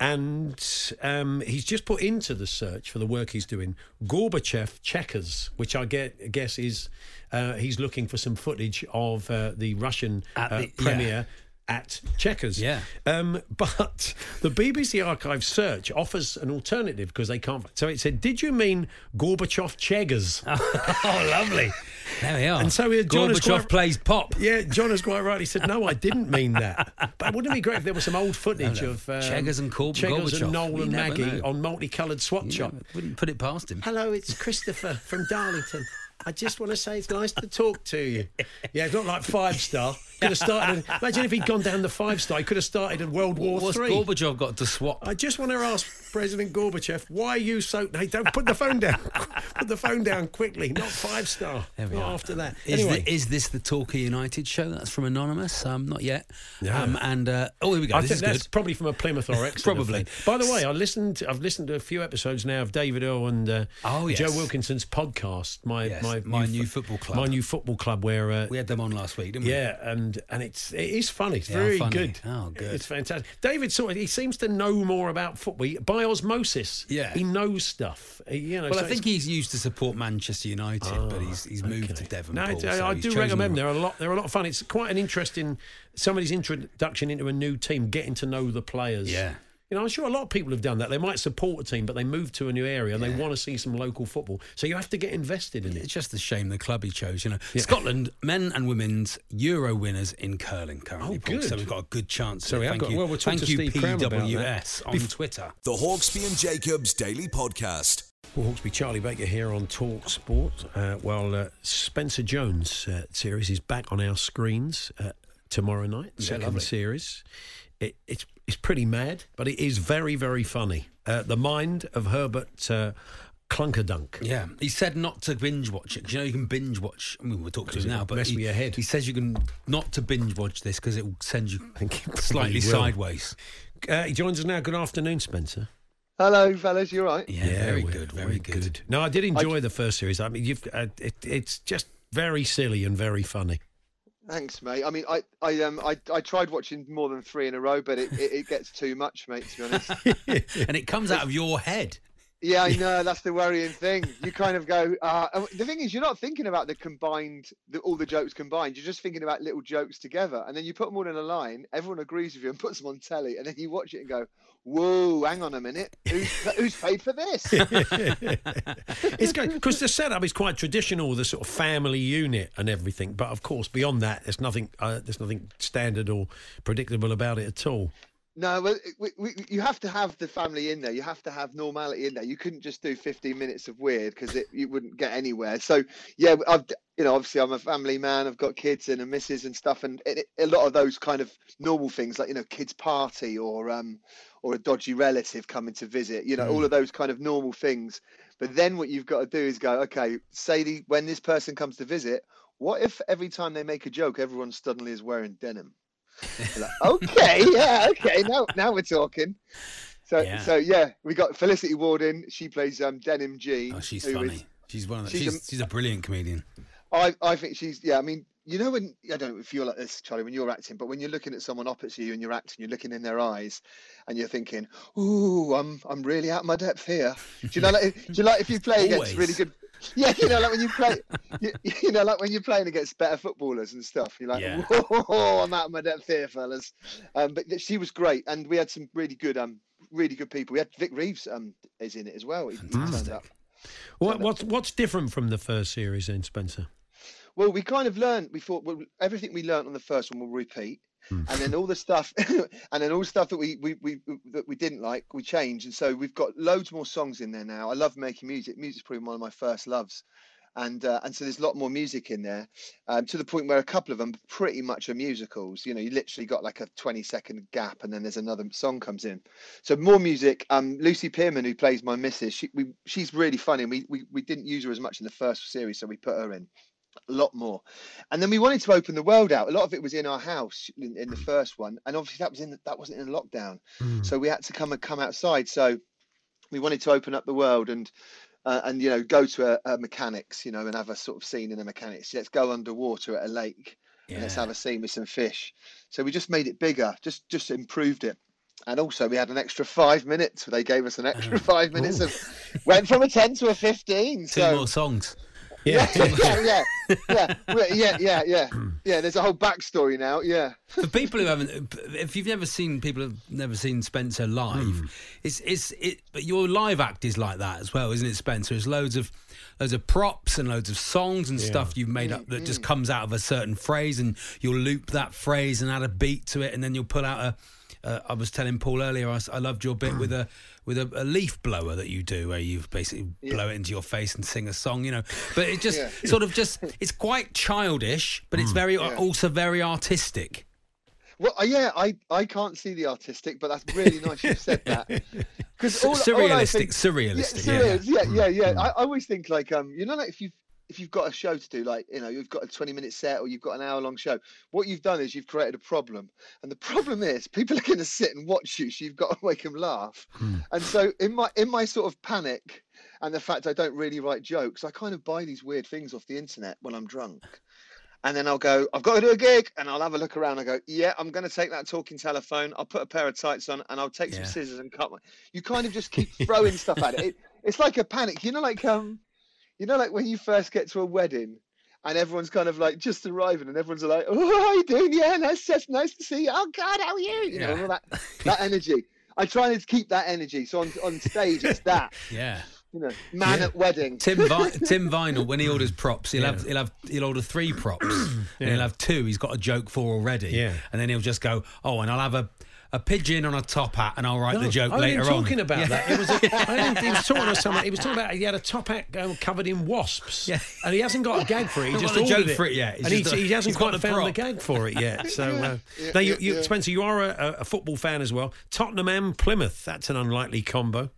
[SPEAKER 3] and um, he's just put into the search for the work he's doing Gorbachev checkers, which I get guess is uh, he's looking for some footage of uh, the Russian
[SPEAKER 4] At
[SPEAKER 3] uh,
[SPEAKER 4] the- yeah.
[SPEAKER 3] premier at Checkers.
[SPEAKER 4] Yeah.
[SPEAKER 3] Um, but the BBC archive search offers an alternative because they can't. So it said, "Did you mean Gorbachev Cheggers?"
[SPEAKER 4] oh, lovely. There we are.
[SPEAKER 3] And so, uh, John is
[SPEAKER 4] Gorbachev
[SPEAKER 3] quite-
[SPEAKER 4] plays pop.
[SPEAKER 3] Yeah, John is quite right. He said, "No, I didn't mean that." But wouldn't it be great if there was some old footage
[SPEAKER 4] No, no.
[SPEAKER 3] of um,
[SPEAKER 4] Cheggers and Cor-
[SPEAKER 3] Cheggers
[SPEAKER 4] Gorbachev.
[SPEAKER 3] and Noel
[SPEAKER 4] You
[SPEAKER 3] and
[SPEAKER 4] never
[SPEAKER 3] Maggie
[SPEAKER 4] know.
[SPEAKER 3] on multicoloured swap
[SPEAKER 4] You
[SPEAKER 3] shop?
[SPEAKER 4] know, wouldn't put it past him.
[SPEAKER 3] Hello, it's Christopher from Darlington. I just want to say it's nice to talk to you. Yeah, it's not like five star. could have started. imagine if he'd gone down the five star. He could have started in World War
[SPEAKER 4] What's
[SPEAKER 3] Three.
[SPEAKER 4] Gorbachev got to swap?
[SPEAKER 3] I just want to ask President Gorbachev, why are you so? No, don't put the phone down. put the phone down quickly. Not five star.
[SPEAKER 4] There we
[SPEAKER 3] Not
[SPEAKER 4] are.
[SPEAKER 3] after that.
[SPEAKER 4] Is,
[SPEAKER 3] anyway,
[SPEAKER 4] the, is this the Talker United show? That's from Anonymous. Um, not yet.
[SPEAKER 3] No.
[SPEAKER 4] Um, and uh, oh, here we go.
[SPEAKER 3] I
[SPEAKER 4] this
[SPEAKER 3] think
[SPEAKER 4] is
[SPEAKER 3] that's
[SPEAKER 4] good.
[SPEAKER 3] probably from a Plymouth or Exeter
[SPEAKER 4] Probably.
[SPEAKER 3] thing. By the way, I listened. I've listened to a few episodes now of David Earl and uh,
[SPEAKER 4] Oh, yes.
[SPEAKER 3] Joe Wilkinson's podcast. My
[SPEAKER 4] Yes,
[SPEAKER 3] my,
[SPEAKER 4] My New
[SPEAKER 3] fo-
[SPEAKER 4] Football Club.
[SPEAKER 3] My new football club. Where uh,
[SPEAKER 4] We had them on last week, didn't we?
[SPEAKER 3] yeah, and and it's it is funny. It's
[SPEAKER 4] They are
[SPEAKER 3] very
[SPEAKER 4] funny.
[SPEAKER 3] good.
[SPEAKER 4] Oh, good.
[SPEAKER 3] It's fantastic. David sort of he seems to know more about football he- by osmosis.
[SPEAKER 4] Yeah.
[SPEAKER 3] he knows stuff. He, you know,
[SPEAKER 4] Well,
[SPEAKER 3] so
[SPEAKER 4] I think
[SPEAKER 3] it's- Ah,
[SPEAKER 4] he's used to support Manchester United, but he's he's moved
[SPEAKER 3] okay.
[SPEAKER 4] to Devon.
[SPEAKER 3] No, I, I do recommend. They're a lot. They're a lot of fun. It's quite an interesting somebody's introduction into a new team, getting to know the players.
[SPEAKER 4] Yeah.
[SPEAKER 3] You know, I'm sure a lot of people have done that. They might support a team, but they move to a new area and they want to see some local football. So you have to get invested in it.
[SPEAKER 4] It's just a shame the club he chose. You know, Scotland men and women's Euro winners in curling currently.
[SPEAKER 3] Oh,
[SPEAKER 4] Paul,
[SPEAKER 3] good.
[SPEAKER 4] So we've got a good chance.
[SPEAKER 3] So we
[SPEAKER 4] here.
[SPEAKER 3] have
[SPEAKER 4] Thank
[SPEAKER 3] got-
[SPEAKER 4] you.
[SPEAKER 3] well, we'll talk
[SPEAKER 4] Thank
[SPEAKER 3] to
[SPEAKER 4] you,
[SPEAKER 3] Steve Cram about that.
[SPEAKER 4] PWS on
[SPEAKER 3] Bef-
[SPEAKER 4] Twitter.
[SPEAKER 2] The Hawksby and Jacobs Daily Podcast.
[SPEAKER 3] Well, Hawksby, Charlie Baker here on Talk Sport. Uh, well, uh, Spencer Jones uh, series is back on our screens uh, tomorrow night. second
[SPEAKER 4] lovely.
[SPEAKER 3] series. It, it's it's pretty mad, but it is very very funny. Uh, the mind of Herbert uh, Clunkerdunk.
[SPEAKER 4] Yeah, he said not to binge watch it 'cause you know you can binge watch. I mean, we'll talk to him
[SPEAKER 3] it'll
[SPEAKER 4] now, but
[SPEAKER 3] mess
[SPEAKER 4] he,
[SPEAKER 3] with your head.
[SPEAKER 4] he says you can not to binge watch this because it will send you
[SPEAKER 3] think it probably
[SPEAKER 4] slightly
[SPEAKER 3] will.
[SPEAKER 4] sideways.
[SPEAKER 3] Uh, he joins us now. Good afternoon, Spencer.
[SPEAKER 7] Hello, fellas. You're right.
[SPEAKER 4] Yeah, very
[SPEAKER 3] we're-
[SPEAKER 4] good, very good.
[SPEAKER 3] No, I did enjoy the first series. I mean, you've uh, it, it's just very silly and very funny.
[SPEAKER 7] Thanks, mate. I mean, I, I, um, I, I tried watching more than three in a row, but it, it, it gets too much, mate. To be honest.
[SPEAKER 4] and it comes out of your head.
[SPEAKER 7] Yeah, I know. That's the worrying thing. You kind of go. Uh, and the thing is, you're not thinking about the combined, the, all the jokes combined. You're just thinking about little jokes together, and then you put them all in a line. Everyone agrees with you and puts them on telly, and then you watch it and go, "Whoa, hang on a minute. Who's, who's paid for this?"
[SPEAKER 3] it's good because the setup is quite traditional, the sort of family unit and everything. But of course, beyond that, there's nothing. Uh, there's nothing standard or predictable about it at all.
[SPEAKER 7] No, well, it- we, we, you have to have the family in there. You have to have normality in there. You couldn't just do 15 minutes of weird because it you wouldn't get anywhere. So yeah, I've d- you know obviously I'm a family man. I've got kids and a missus and stuff, and it, it- a lot of those kind of normal things like you know kids party or um or a dodgy relative coming to visit. You know all of those kind of normal things. But then what you've got to do is go okay. Say the, when this person comes to visit, what if every time they make a joke, everyone suddenly is wearing denim? You're like, okay, yeah, okay. Now, now we're talking. So,
[SPEAKER 4] Yeah.
[SPEAKER 7] so yeah, we got Felicity Ward in. She plays um, Denim G.
[SPEAKER 4] Oh, she's
[SPEAKER 7] who is-
[SPEAKER 4] funny. She's one of the,
[SPEAKER 7] she's a-
[SPEAKER 4] she's, she's a brilliant comedian.
[SPEAKER 7] I, I think she's. Yeah, I mean, you know, when I don't know if you're like this, Charlie, when you're acting, but when you're looking at someone opposite you and you're acting, you're looking in their eyes, and you're thinking, "Ooh, I'm, I'm really out of my depth here." Do you know? Like, if- do you like if you play against really
[SPEAKER 4] Always.
[SPEAKER 7] good? Yeah, you know, like when you play, you, you know, like when you're playing against better footballers and stuff, you're like,
[SPEAKER 4] Yeah.
[SPEAKER 7] "Whoa, I'm out of my depth here, fellas." Um, but th- she was great, and we had some really good, um, really good people. We had Vic Reeves, um, is in it as well. He, he turned up.
[SPEAKER 3] What, what's what's different from the first series then, Spencer?
[SPEAKER 7] Well, we kind of learned. We thought well, everything we learned on the first one will repeat, and then all the stuff, and then all the stuff that we, we we that we didn't like, we changed. And so we've got loads more songs in there now. I love making music. Music's probably one of my first loves, and uh, and so there's a lot more music in there, um, to the point where a couple of them pretty much are musicals. You know, you literally got like a 20 second gap, and then there's another song comes in. So more music. Um, Lucy Pierman, who plays my missus, she we, she's really funny. And we, we we didn't use her as much in the first series, so we put her in a lot more. And then we wanted to open the world out. A lot of it was in our house in, in the first one, and obviously that was in that wasn't in lockdown,
[SPEAKER 4] Mm.
[SPEAKER 7] so we had to come and come outside. So we wanted to open up the world and. Uh, and you know, go to a, a mechanics, you know, and have a sort of scene in a mechanics. Let's go underwater at a lake and let's have a scene with some fish. So we just made it bigger, just just improved it. And also we had an extra five minutes. They gave us an extra five minutes of went from a ten to a
[SPEAKER 4] Oh.
[SPEAKER 7] fifteen.
[SPEAKER 4] Two
[SPEAKER 7] so
[SPEAKER 4] more songs.
[SPEAKER 3] Yeah,
[SPEAKER 7] yeah, yeah, yeah, yeah, yeah, yeah, yeah. yeah. There's a whole backstory now. Yeah,
[SPEAKER 4] For people who haven't, if you've never seen people who have never seen Spencer live, it's it's it. But your live act is like that as well, isn't it, Spencer? It's loads of loads of props and loads of songs and stuff you've made up that just comes out of a certain phrase, and you'll loop that phrase and add a beat to it, and then you'll pull out a. Uh, I was telling Paul earlier, I, s- I loved your bit with a with a, a leaf blower that you do, where you basically blow it into your face and sing a song, you know. But it just sort of just it's quite childish, but it's very also very artistic.
[SPEAKER 7] Well, uh, yeah, I, I can't see the artistic, but that's really nice you've said that. Because
[SPEAKER 4] surrealistic, surrealistic, yeah, yeah. Hmm,
[SPEAKER 7] surrealistic, yeah, yeah, yeah. I, I always think like um, you know, like if you if you've got a show to do, like you know, you've got a twenty minute set or you've got an hour long show, what you've done is you've created a problem, and the problem is people are going to sit and watch you, so you've got to make them laugh.
[SPEAKER 4] Hmm.
[SPEAKER 7] And so in my in my sort of panic. And the fact I don't really write jokes, I kind of buy these weird things off the internet when I'm drunk. And then I'll go, I've got to do a gig. And I'll have a look around. I go, yeah, I'm going to take that talking telephone. I'll put a pair of tights on and I'll take some
[SPEAKER 4] Yeah.
[SPEAKER 7] scissors and cut my. You kind of just keep throwing stuff at it. it. It's like a panic. You know, like, um, you know, like when you first get to a wedding and everyone's kind of like just arriving and everyone's like, oh, how are you doing? Yeah, nice, that's nice to see you. Oh, God, how are you? You know, and all that, that energy. I try to keep that energy. So on, on stage, it's that,
[SPEAKER 4] Yeah.
[SPEAKER 7] you know, man at wedding.
[SPEAKER 4] Tim Vi- Tim Vinyl, when he orders props, he'll have he'll have he'll order three props, and he'll have two he's got a joke for already.
[SPEAKER 3] Yeah.
[SPEAKER 4] and then he'll just go, oh, and I'll have a, a pigeon on a top hat, and I'll write the joke
[SPEAKER 3] I
[SPEAKER 4] later
[SPEAKER 3] was
[SPEAKER 4] on.
[SPEAKER 3] talking about that. It was a, I think he was talking about something. He was talking about he had a top hat um, covered in wasps,
[SPEAKER 4] Yeah.
[SPEAKER 3] and he hasn't got a gag for it. He
[SPEAKER 4] He's
[SPEAKER 3] just
[SPEAKER 4] got a
[SPEAKER 3] ordered
[SPEAKER 4] joke for it yet. He's
[SPEAKER 3] and he,
[SPEAKER 4] just a-
[SPEAKER 3] he hasn't
[SPEAKER 4] he's got
[SPEAKER 3] quite
[SPEAKER 4] the
[SPEAKER 3] found the
[SPEAKER 4] prop.
[SPEAKER 3] gag for it yet. So, uh,
[SPEAKER 7] Yeah,
[SPEAKER 3] now you,
[SPEAKER 7] yeah,
[SPEAKER 3] you,
[SPEAKER 7] yeah.
[SPEAKER 3] Spencer, you are a, a football fan as well. Tottenham and Plymouth. That's an unlikely combo.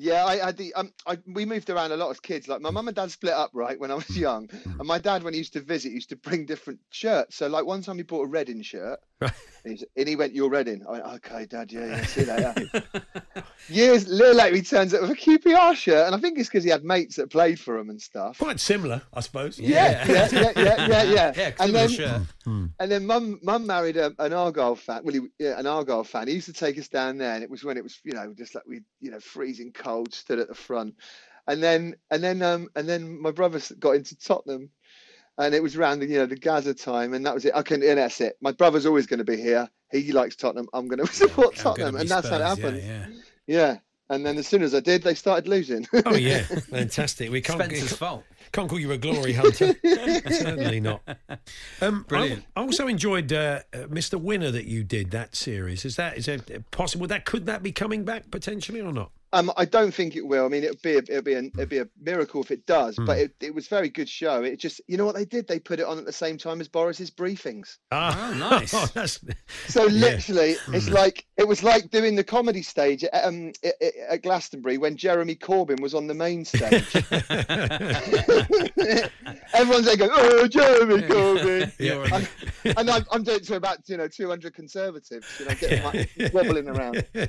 [SPEAKER 7] Yeah, I had the um, I we moved around a lot as kids. Like my mum and dad split up right when I was young,
[SPEAKER 4] Mm.
[SPEAKER 7] and my dad when he used to visit used to bring different shirts. So like one time he bought a Reading shirt, and, he's, and he went, "You're Reading." I went, "Okay, Dad, yeah, yeah, see you later." Years a little later, he turns up with a QPR shirt, and I think it's because he had mates that played for him and stuff.
[SPEAKER 3] Quite similar, I suppose.
[SPEAKER 7] Yeah, yeah, yeah, yeah, yeah, yeah.
[SPEAKER 4] Yeah,
[SPEAKER 7] and
[SPEAKER 4] similar
[SPEAKER 7] then
[SPEAKER 3] Hmm.
[SPEAKER 4] shirt.
[SPEAKER 7] and then mum mum married a, an Argyle fan. Well, he, yeah, an Argyle fan. He used to take us down there, and it was when it was you know just like we you know freezing cold, stood at the front, and then and then um and then my brother s- got into Tottenham, and it was around the you know the Gaza time, and that was it. I can and that's it. My brother's always going to be here. He likes Tottenham. I'm going to support
[SPEAKER 4] I'm gonna
[SPEAKER 7] Tottenham,
[SPEAKER 4] be
[SPEAKER 7] and that's how it
[SPEAKER 4] Spurs, yeah,
[SPEAKER 7] happened.
[SPEAKER 4] yeah.
[SPEAKER 7] yeah. And then as soon as I did, they started losing.
[SPEAKER 3] Oh yeah, fantastic. We can't
[SPEAKER 4] Spencer's fault.
[SPEAKER 3] Can't call you a glory hunter. Certainly not. Um,
[SPEAKER 4] Brilliant.
[SPEAKER 3] I, I also enjoyed uh, uh, Mr. Winner that you did that series. Is that is that possible? That could that be coming back potentially or not?
[SPEAKER 7] Um, I don't think it will. I mean, it'd be a, it'd be an, it'd be a miracle if it does. But it, it was very good show. It just you know what they did? They put it on at the same time as Boris's briefings.
[SPEAKER 3] Ah,
[SPEAKER 4] Oh, nice.
[SPEAKER 3] oh, that's
[SPEAKER 7] So literally, it's like it was like doing the comedy stage at, um, i- i- at Glastonbury when Jeremy Corbyn was on the main stage. Everyone's like, going, "Oh, Jeremy Corbyn,"
[SPEAKER 4] You're
[SPEAKER 7] and, and I'm, I'm doing it to about you know 200 conservatives, you know, getting like, wobbling around.
[SPEAKER 3] I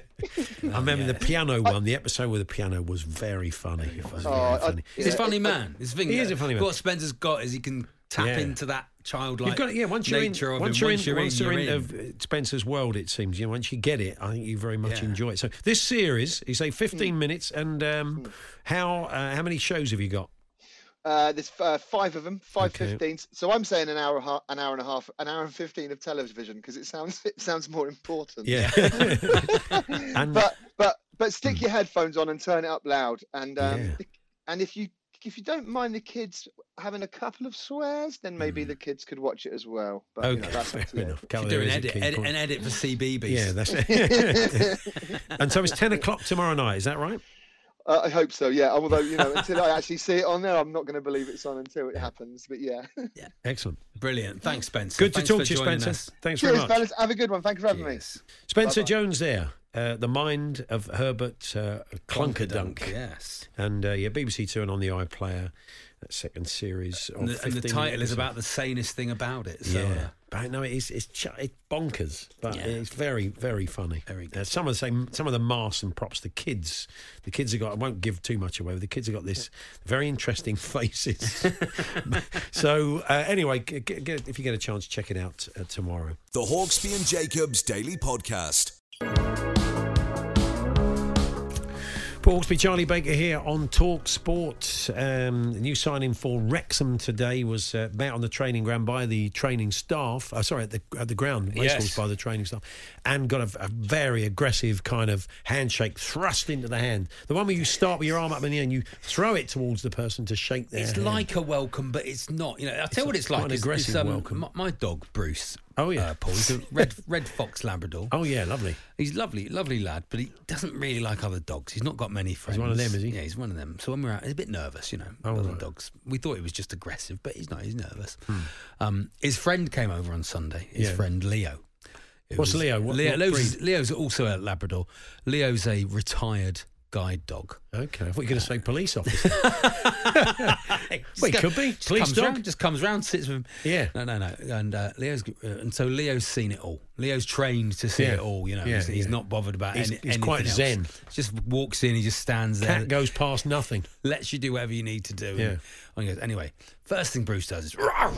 [SPEAKER 3] remember the piano one. The episode with the piano was very funny. It was
[SPEAKER 7] Oh,
[SPEAKER 3] very
[SPEAKER 7] I-
[SPEAKER 3] funny.
[SPEAKER 4] He's a
[SPEAKER 7] yeah,
[SPEAKER 4] funny
[SPEAKER 7] it-
[SPEAKER 4] man. He's the thing
[SPEAKER 3] He
[SPEAKER 4] that-
[SPEAKER 3] is a funny man.
[SPEAKER 4] What Spencer's got is he can tap
[SPEAKER 3] Yeah.
[SPEAKER 4] into that childlike
[SPEAKER 3] You've got yeah. Once you're in,
[SPEAKER 4] nature of
[SPEAKER 3] once
[SPEAKER 4] him.
[SPEAKER 3] you're in, once you're in,
[SPEAKER 4] you're
[SPEAKER 3] of uh, Spencer's world, it seems. You know, once you get it, I think you very much
[SPEAKER 4] Yeah.
[SPEAKER 3] enjoy it. So this series, you say 15
[SPEAKER 7] Mm.
[SPEAKER 3] minutes, and um, how uh, how many shows have you got?
[SPEAKER 7] Uh, there's uh, five of them, five
[SPEAKER 3] Okay.
[SPEAKER 7] fifteen. So I'm saying an hour, and a ha- an hour and a half, an hour and fifteen of television because it sounds it sounds more important.
[SPEAKER 3] Yeah. and Hmm.
[SPEAKER 7] But but but stick your headphones on and turn it up loud. And um,
[SPEAKER 3] Yeah.
[SPEAKER 7] the- and if you if you don't mind the kids having a couple of swears, then maybe the kids could watch it as well. But you know,
[SPEAKER 3] Hmm. Okay,
[SPEAKER 7] that's
[SPEAKER 3] fair
[SPEAKER 7] up to you.
[SPEAKER 3] enough.
[SPEAKER 4] If
[SPEAKER 3] Cal,
[SPEAKER 4] you
[SPEAKER 3] there
[SPEAKER 4] do an
[SPEAKER 3] is a
[SPEAKER 4] edit,
[SPEAKER 3] key
[SPEAKER 4] edit,
[SPEAKER 3] point.
[SPEAKER 4] an edit for CBeebies.
[SPEAKER 3] yeah, that's it. and so it's ten o'clock tomorrow night. Is that right?
[SPEAKER 7] Uh, I hope so. Yeah. Although you know, until I actually see it on there, I'm not going to believe it's on until it happens. But yeah.
[SPEAKER 3] Excellent.
[SPEAKER 4] Brilliant. Thanks, Spencer.
[SPEAKER 3] Good
[SPEAKER 4] Thanks
[SPEAKER 3] to
[SPEAKER 4] for
[SPEAKER 3] talk to you,
[SPEAKER 4] joining
[SPEAKER 3] Spencer.
[SPEAKER 4] us.
[SPEAKER 3] Thanks very
[SPEAKER 7] Cheers,
[SPEAKER 3] much.
[SPEAKER 7] fellas. Have a good one. Thank you for having me.
[SPEAKER 4] Cheers.
[SPEAKER 3] Spencer Jones there, uh, the mind of Herbert uh, Clunkerdunk.
[SPEAKER 4] Yes.
[SPEAKER 3] And uh, yeah, BBC Two and on the iPlayer, that second series. Of
[SPEAKER 4] And the, and the
[SPEAKER 3] 15
[SPEAKER 4] title is
[SPEAKER 3] episodes.
[SPEAKER 4] about the sanest thing about it. So, uh,
[SPEAKER 3] yeah.
[SPEAKER 4] yeah.
[SPEAKER 3] But no, it's it's, ch- it's bonkers, but it's very very funny. Very good. some of the same, some of the masks and props. The kids, the kids have got. I won't give too much away. But the kids have got this very interesting faces. so uh, anyway, g- g- g- if you get a chance, check it out uh, tomorrow.
[SPEAKER 2] The Hawksby and Jacobs Daily Podcast.
[SPEAKER 3] Paul Hawksby, Charlie Baker here on Talk Sport. Um, the new signing for Wrexham today was uh, met on the training ground by the training staff. Uh, sorry, at the at the ground, racecourse
[SPEAKER 4] Yes.
[SPEAKER 3] by the training staff, and got a, a very aggressive kind of handshake thrust into the hand. The one where you start with your arm up in the air and you throw it towards the person to shake their
[SPEAKER 4] It's
[SPEAKER 3] hand.
[SPEAKER 4] like a welcome, but it's not. You know, I'll tell you what it's
[SPEAKER 3] quite
[SPEAKER 4] like.
[SPEAKER 3] an
[SPEAKER 4] It's- it's,
[SPEAKER 3] aggressive welcome.
[SPEAKER 4] My, my dog, Bruce,
[SPEAKER 3] Oh, yeah.
[SPEAKER 4] uh, Paul. He's a red red fox Labrador.
[SPEAKER 3] Oh yeah, lovely.
[SPEAKER 4] He's lovely, lovely lad, but he doesn't really like other dogs. He's not got many friends.
[SPEAKER 3] one of them, is he?
[SPEAKER 4] Yeah, he's one of them. So when we we're out, he's a bit nervous, you know.
[SPEAKER 3] Oh,
[SPEAKER 4] other
[SPEAKER 3] right. Hmm.
[SPEAKER 4] dogs. We thought he was just aggressive, but he's not. He's nervous. Um, his friend came over on Sunday. His
[SPEAKER 3] Yeah.
[SPEAKER 4] friend Leo. It
[SPEAKER 3] What's Leo? What-
[SPEAKER 4] Leo
[SPEAKER 3] what
[SPEAKER 4] Leo's,
[SPEAKER 3] breed?
[SPEAKER 4] Leo's also a Labrador. Leo's a retired guide dog.
[SPEAKER 3] Okay, I thought you were going to say police officer. Well, it
[SPEAKER 4] Just
[SPEAKER 3] could
[SPEAKER 4] go-
[SPEAKER 3] be.
[SPEAKER 4] just
[SPEAKER 3] Police
[SPEAKER 4] comes
[SPEAKER 3] dog.
[SPEAKER 4] round- just comes round, sits with him.
[SPEAKER 3] Yeah.
[SPEAKER 4] No, no, no. And uh, Leo's uh, and so Leo's seen it all. Leo's trained to see
[SPEAKER 3] Yeah.
[SPEAKER 4] it all. You know,
[SPEAKER 3] Yeah,
[SPEAKER 4] he's, he's
[SPEAKER 3] yeah.
[SPEAKER 4] not bothered about
[SPEAKER 3] He's-
[SPEAKER 4] any,
[SPEAKER 3] he's
[SPEAKER 4] anything
[SPEAKER 3] quite
[SPEAKER 4] else.
[SPEAKER 3] zen.
[SPEAKER 4] Just walks in. He just stands there.
[SPEAKER 3] Cat goes past nothing.
[SPEAKER 4] lets you do whatever you need to do.
[SPEAKER 3] Yeah.
[SPEAKER 4] And he goes, anyway, first thing Bruce does is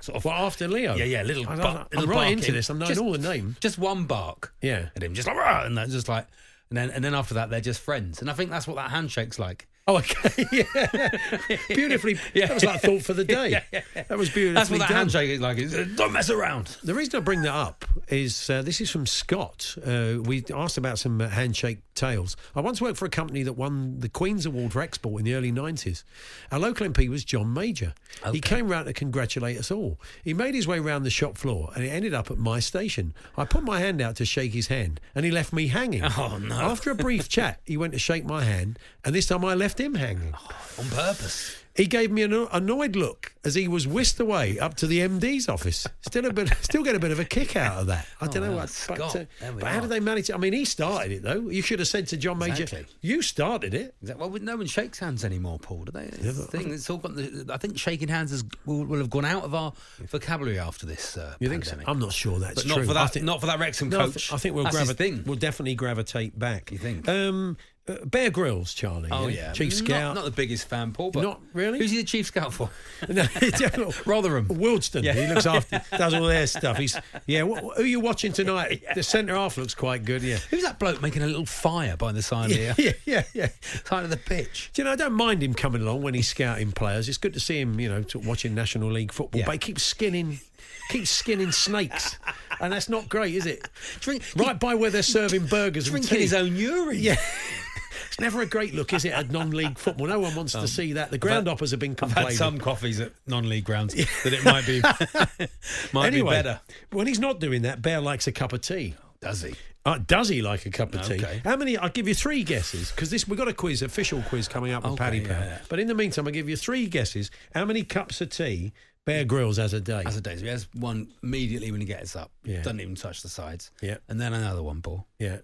[SPEAKER 4] sort of
[SPEAKER 3] Well, after Leo.
[SPEAKER 4] Yeah, yeah, little
[SPEAKER 3] I,
[SPEAKER 4] bu-
[SPEAKER 3] am
[SPEAKER 4] little
[SPEAKER 3] right
[SPEAKER 4] barking.
[SPEAKER 3] into this. I'm knowing
[SPEAKER 4] Just-
[SPEAKER 3] all the name.
[SPEAKER 4] just one bark.
[SPEAKER 3] Yeah.
[SPEAKER 4] At him, just like "Rah!" and that's just like, and then and then after that they're just friends. And I think that's what that handshake's like.
[SPEAKER 3] Oh, okay. Yeah. Beautifully.
[SPEAKER 4] Yeah.
[SPEAKER 3] That was like thought for the day. That was beautifully
[SPEAKER 4] That's what that
[SPEAKER 3] done.
[SPEAKER 4] handshake is like. Is, Don't mess around.
[SPEAKER 3] The reason I bring that up is uh, this is from Scott. Uh, we asked about some uh, handshake tales. I once worked for a company that won the Queen's Award for Export in the early 90s. Our local MP was John Major. He came round to congratulate us all. He made his way round the shop floor and it ended up at my station. I put my hand out to shake his hand and he left me hanging.
[SPEAKER 4] Oh, no.
[SPEAKER 3] After a brief chat, he went to shake my hand and this time I left him hanging.
[SPEAKER 4] On purpose.
[SPEAKER 3] He gave me an annoyed look as he was whisked away up to the MD's office. Still a bit, still get a bit of a kick out of that. I don't know
[SPEAKER 4] wow,
[SPEAKER 3] what,
[SPEAKER 4] Scott,
[SPEAKER 3] but, uh,
[SPEAKER 4] there we
[SPEAKER 3] but how
[SPEAKER 4] are.
[SPEAKER 3] did they manage? it? I mean, he started it though. You should have said to John Major,
[SPEAKER 4] Exactly.
[SPEAKER 3] "You started it."
[SPEAKER 4] Is that- well, no one shakes hands anymore, Paul. Do they? It's the thing. It's all got the, I think shaking hands has, will, will have gone out of our vocabulary after this. Uh,
[SPEAKER 3] You think so?
[SPEAKER 4] pandemic.
[SPEAKER 3] I'm not sure that's
[SPEAKER 4] But
[SPEAKER 3] true.
[SPEAKER 4] not for
[SPEAKER 3] I
[SPEAKER 4] that.
[SPEAKER 3] think-
[SPEAKER 4] not for that Wrexham
[SPEAKER 3] No, I thi-
[SPEAKER 4] coach.
[SPEAKER 3] I think we'll
[SPEAKER 4] That's his
[SPEAKER 3] gravitate.
[SPEAKER 4] thing.
[SPEAKER 3] We'll definitely gravitate back.
[SPEAKER 4] You think?
[SPEAKER 3] Um, uh, Bear Grylls, Charlie.
[SPEAKER 4] oh yeah,
[SPEAKER 3] Chief
[SPEAKER 4] Not-
[SPEAKER 3] Scout.
[SPEAKER 4] Not, the biggest fan, Paul. But
[SPEAKER 3] Not really?
[SPEAKER 4] Who's he the chief scout for?
[SPEAKER 3] No, definitely-
[SPEAKER 4] Rotherham.
[SPEAKER 3] Wildston.
[SPEAKER 4] Yeah.
[SPEAKER 3] He looks after, does all their stuff. He's yeah. Wh- who are you watching tonight? The centre half looks quite good. Yeah.
[SPEAKER 4] Who's that bloke making a little fire by the side
[SPEAKER 3] Yeah,
[SPEAKER 4] of the
[SPEAKER 3] yeah, yeah, yeah.
[SPEAKER 4] side of the pitch?
[SPEAKER 3] Do you know, I don't mind him coming along when he's scouting players. It's good to see him, you know, sort of watching National League football.
[SPEAKER 4] Yeah.
[SPEAKER 3] But he keeps skinning, keeps skinning snakes, and that's not great, is it?
[SPEAKER 4] Drink,
[SPEAKER 3] Right by where they're serving burgers and
[SPEAKER 4] drinking
[SPEAKER 3] tea.
[SPEAKER 4] his own urine.
[SPEAKER 3] Yeah. It's never a great look, is it, at non-league football? No one wants to see that. The ground hoppers have been
[SPEAKER 4] Um, I've
[SPEAKER 3] complaining.
[SPEAKER 4] had some coffees at non-league grounds that it might be might
[SPEAKER 3] anyway,
[SPEAKER 4] be better.
[SPEAKER 3] when he's not doing that, Bear likes a cup of tea.
[SPEAKER 4] Does he?
[SPEAKER 3] Uh, does he like a cup of tea?
[SPEAKER 4] Okay.
[SPEAKER 3] How many? I'll give you three guesses because this we've got a quiz, official quiz coming up with
[SPEAKER 4] Okay,
[SPEAKER 3] Paddy
[SPEAKER 4] yeah,
[SPEAKER 3] Power.
[SPEAKER 4] yeah.
[SPEAKER 3] But in the meantime, I'll give you three guesses. How many cups of tea Bear Grylls has a day?
[SPEAKER 4] As a daisy, he has one immediately when he gets up.
[SPEAKER 3] Yeah.
[SPEAKER 4] Doesn't even touch the sides.
[SPEAKER 3] Yeah.
[SPEAKER 4] And then another one, Paul.
[SPEAKER 3] yeah,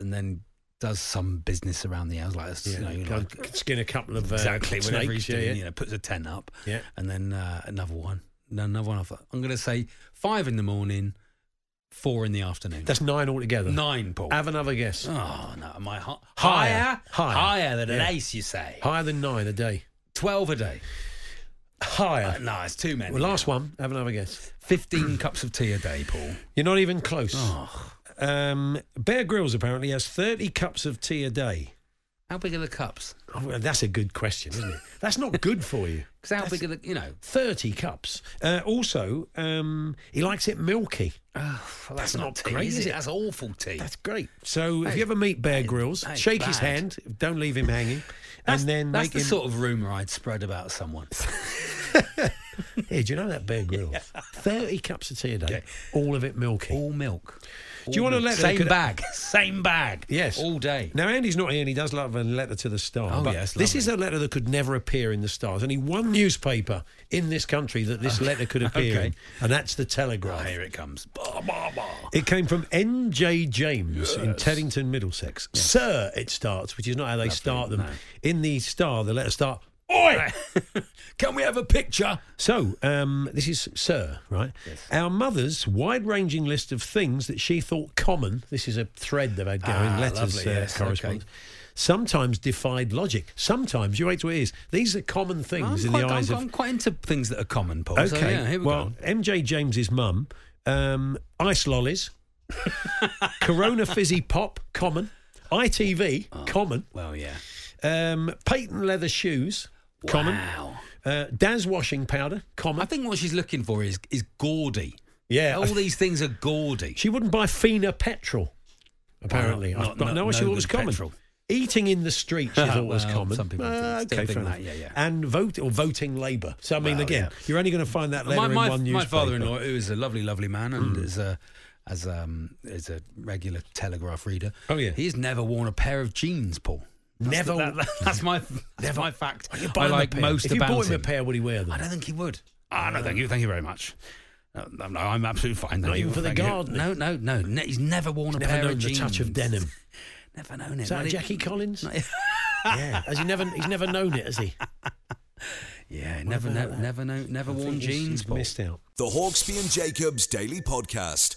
[SPEAKER 4] And then does some business around the house, like this,
[SPEAKER 3] yeah.
[SPEAKER 4] you know, you
[SPEAKER 3] Go
[SPEAKER 4] like,
[SPEAKER 3] skin a couple of uh,
[SPEAKER 4] exactly
[SPEAKER 3] snakes.
[SPEAKER 4] whatever he's
[SPEAKER 3] yeah,
[SPEAKER 4] doing.
[SPEAKER 3] yeah.
[SPEAKER 4] You know, puts a ten up.
[SPEAKER 3] Yeah.
[SPEAKER 4] And then uh, another one. And another one. After. I'm going to say five in the morning, four in the afternoon.
[SPEAKER 3] That's nine altogether.
[SPEAKER 4] nine, Paul.
[SPEAKER 3] Have another guess.
[SPEAKER 4] oh no, am I hi-
[SPEAKER 3] Higher.
[SPEAKER 4] higher,
[SPEAKER 3] Higher.
[SPEAKER 4] than
[SPEAKER 3] Yeah.
[SPEAKER 4] an ace? You say
[SPEAKER 3] Higher than nine a day.
[SPEAKER 4] twelve a day? Uh,
[SPEAKER 3] Higher.
[SPEAKER 4] no, it's too many.
[SPEAKER 3] well, last one. Have another guess.
[SPEAKER 4] Fifteen cups of tea a day, Paul.
[SPEAKER 3] You're not even close.
[SPEAKER 4] Oh,
[SPEAKER 3] Um, Bear Grylls apparently has thirty cups of tea a day.
[SPEAKER 4] how big are the cups?
[SPEAKER 3] Oh, well, that's a good question, isn't it? That's not good for you.
[SPEAKER 4] Because how big are the you know?
[SPEAKER 3] 30 cups. Uh, also, um, he likes it milky.
[SPEAKER 4] Oh, well, that's,
[SPEAKER 3] That's
[SPEAKER 4] not,
[SPEAKER 3] not
[SPEAKER 4] tea,
[SPEAKER 3] great,
[SPEAKER 4] is
[SPEAKER 3] is
[SPEAKER 4] it?
[SPEAKER 3] it?
[SPEAKER 4] That's awful tea.
[SPEAKER 3] That's great. So if
[SPEAKER 4] Hey,
[SPEAKER 3] you ever meet
[SPEAKER 4] hey,
[SPEAKER 3] Bear Grylls,
[SPEAKER 4] hey,
[SPEAKER 3] shake his
[SPEAKER 4] bad.
[SPEAKER 3] hand, don't leave him hanging,
[SPEAKER 4] That's-
[SPEAKER 3] and then
[SPEAKER 4] that's
[SPEAKER 3] make
[SPEAKER 4] the
[SPEAKER 3] him.
[SPEAKER 4] sort of rumor I'd spread about someone.
[SPEAKER 3] Hey, do you know that Bear Grylls? 30 cups of tea a day,
[SPEAKER 4] Yeah.
[SPEAKER 3] all of it milky.
[SPEAKER 4] All milk.
[SPEAKER 3] you
[SPEAKER 4] All
[SPEAKER 3] want a
[SPEAKER 4] milk.
[SPEAKER 3] letter that
[SPEAKER 4] Same
[SPEAKER 3] could-
[SPEAKER 4] bag. Same bag.
[SPEAKER 3] Yes.
[SPEAKER 4] All day.
[SPEAKER 3] Now, Andy's not here and he does love a letter to the star.
[SPEAKER 4] Oh,
[SPEAKER 3] but
[SPEAKER 4] yes,
[SPEAKER 3] this
[SPEAKER 4] lovely.
[SPEAKER 3] is a letter that could never appear in the stars. Only one newspaper in this country that this letter could appear
[SPEAKER 4] Okay.
[SPEAKER 3] in, and that's the Telegraph.
[SPEAKER 4] Oh, here it comes. Bah, bah, bah.
[SPEAKER 3] It came from N.J. James in Teddington, Middlesex. Sir, it starts, which is not how they start them.
[SPEAKER 4] no.
[SPEAKER 3] In the star, the letter start. Oi!
[SPEAKER 4] Can we have a picture?
[SPEAKER 3] so, um, this is Sir, right? Our mother's wide ranging list of things that she thought common, this is a thread they've had going,
[SPEAKER 4] Ah,
[SPEAKER 3] letters
[SPEAKER 4] lovely,
[SPEAKER 3] uh,
[SPEAKER 4] yes,
[SPEAKER 3] correspondence,
[SPEAKER 4] okay.
[SPEAKER 3] sometimes defied logic. Sometimes, you wait till it is. These are common things
[SPEAKER 4] I'm,
[SPEAKER 3] in
[SPEAKER 4] quite,
[SPEAKER 3] the eyes
[SPEAKER 4] I'm,
[SPEAKER 3] of
[SPEAKER 4] I'm quite into things that are common, Paul.
[SPEAKER 3] Okay.
[SPEAKER 4] So, yeah, here we
[SPEAKER 3] well,
[SPEAKER 4] go.
[SPEAKER 3] MJ James's mum, um, ice lollies, Corona fizzy pop, common, ITV,
[SPEAKER 4] Oh.
[SPEAKER 3] common,
[SPEAKER 4] Well, yeah.
[SPEAKER 3] um, patent leather shoes, common,
[SPEAKER 4] Wow.
[SPEAKER 3] uh, Daz washing powder, common.
[SPEAKER 4] I think what she's looking for is is gaudy.
[SPEAKER 3] yeah,
[SPEAKER 4] All these things are gaudy.
[SPEAKER 3] she wouldn't buy Fina petrol. Apparently,
[SPEAKER 4] Wow.
[SPEAKER 3] I've
[SPEAKER 4] Not-
[SPEAKER 3] got
[SPEAKER 4] not-
[SPEAKER 3] no idea
[SPEAKER 4] no
[SPEAKER 3] what was
[SPEAKER 4] good
[SPEAKER 3] common.
[SPEAKER 4] petrol.
[SPEAKER 5] Eating in the streets is always
[SPEAKER 4] Well,
[SPEAKER 5] common.
[SPEAKER 4] some people
[SPEAKER 5] Ah,
[SPEAKER 4] still
[SPEAKER 3] Uh, okay,
[SPEAKER 4] think
[SPEAKER 3] fair
[SPEAKER 4] that,
[SPEAKER 3] enough.
[SPEAKER 4] yeah, yeah.
[SPEAKER 3] And vote or voting Labour. So I mean,
[SPEAKER 4] Well,
[SPEAKER 3] again,
[SPEAKER 4] yeah.
[SPEAKER 3] you're only going to find that letter
[SPEAKER 4] my,
[SPEAKER 3] in
[SPEAKER 4] my,
[SPEAKER 3] one
[SPEAKER 4] my
[SPEAKER 3] newspaper.
[SPEAKER 4] father-in-law, who is a lovely, lovely man, and is a as um is a regular Telegraph reader.
[SPEAKER 3] Oh, yeah.
[SPEAKER 4] he's never worn a pair of jeans, Paul. That's
[SPEAKER 3] Never-
[SPEAKER 4] the- that- that- that's my that's my fact.
[SPEAKER 3] You buy
[SPEAKER 4] I
[SPEAKER 3] him a
[SPEAKER 4] like
[SPEAKER 3] pair.
[SPEAKER 4] most
[SPEAKER 3] if
[SPEAKER 4] about
[SPEAKER 3] you bought him,
[SPEAKER 4] him.
[SPEAKER 3] a pair, would he wear them?
[SPEAKER 4] I don't think he would. Ah, no, thank you, thank you very much. No, no, no, I'm absolutely fine. thank
[SPEAKER 3] Not even
[SPEAKER 4] you,
[SPEAKER 3] for the
[SPEAKER 4] thank you.
[SPEAKER 3] gardening.
[SPEAKER 4] No, no, no. Ne- he's never worn a
[SPEAKER 3] Never
[SPEAKER 4] pair
[SPEAKER 3] known
[SPEAKER 4] of
[SPEAKER 3] the
[SPEAKER 4] jeans.
[SPEAKER 3] touch of denim.
[SPEAKER 4] Never known it.
[SPEAKER 3] Is that
[SPEAKER 4] Not
[SPEAKER 3] a
[SPEAKER 4] e-
[SPEAKER 3] Jackie Collins? yeah, has he never? He's never known it, has he?
[SPEAKER 4] Yeah, never,
[SPEAKER 3] about
[SPEAKER 4] never,
[SPEAKER 3] that?
[SPEAKER 4] never, know, never
[SPEAKER 3] I
[SPEAKER 4] worn
[SPEAKER 3] think he's-
[SPEAKER 4] jeans.
[SPEAKER 3] he's
[SPEAKER 4] Paul.
[SPEAKER 3] missed out.
[SPEAKER 2] The Hawksby and Jacobs Daily Podcast.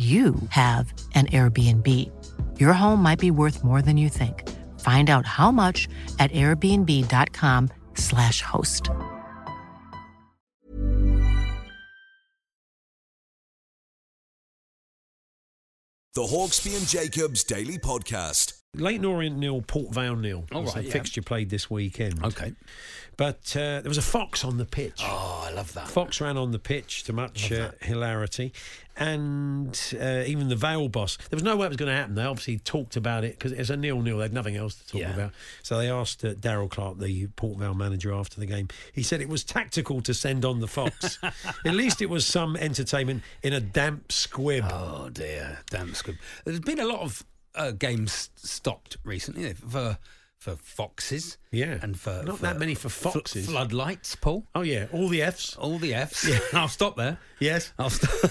[SPEAKER 8] you have an Airbnb. Your home might be worth more than you think. Find out how much at airbnb.com/slash host.
[SPEAKER 2] The Hawksby and Jacobs Daily Podcast.
[SPEAKER 3] Leighton Orient nil, Port Vale nil.
[SPEAKER 4] All
[SPEAKER 3] was
[SPEAKER 4] right,
[SPEAKER 3] the
[SPEAKER 4] yeah.
[SPEAKER 3] fixture played this weekend.
[SPEAKER 4] Okay.
[SPEAKER 3] But uh, there was a fox on the pitch.
[SPEAKER 4] Oh, I love that.
[SPEAKER 3] Fox ran on the pitch to much uh, hilarity, and uh, even the Vale boss. There was no way it was going to happen. They obviously talked about it because it's a nil-nil. They had nothing else to talk
[SPEAKER 4] Yeah.
[SPEAKER 3] about, so they asked uh, Daryl Clark, the Port Vale manager, after the game. He said it was tactical to send on the fox. At least it was some entertainment in a damp squib.
[SPEAKER 4] Oh dear, damn squib. There's been a lot of uh, games stopped recently eh, for for foxes.
[SPEAKER 3] Yeah.
[SPEAKER 4] and for
[SPEAKER 3] Not
[SPEAKER 4] for
[SPEAKER 3] that many for
[SPEAKER 4] fl-
[SPEAKER 3] foxes.
[SPEAKER 4] floodlights, Paul.
[SPEAKER 3] Oh yeah, all the Fs.
[SPEAKER 4] All the Fs. I'll stop there.
[SPEAKER 3] Yes.
[SPEAKER 4] I'll stop.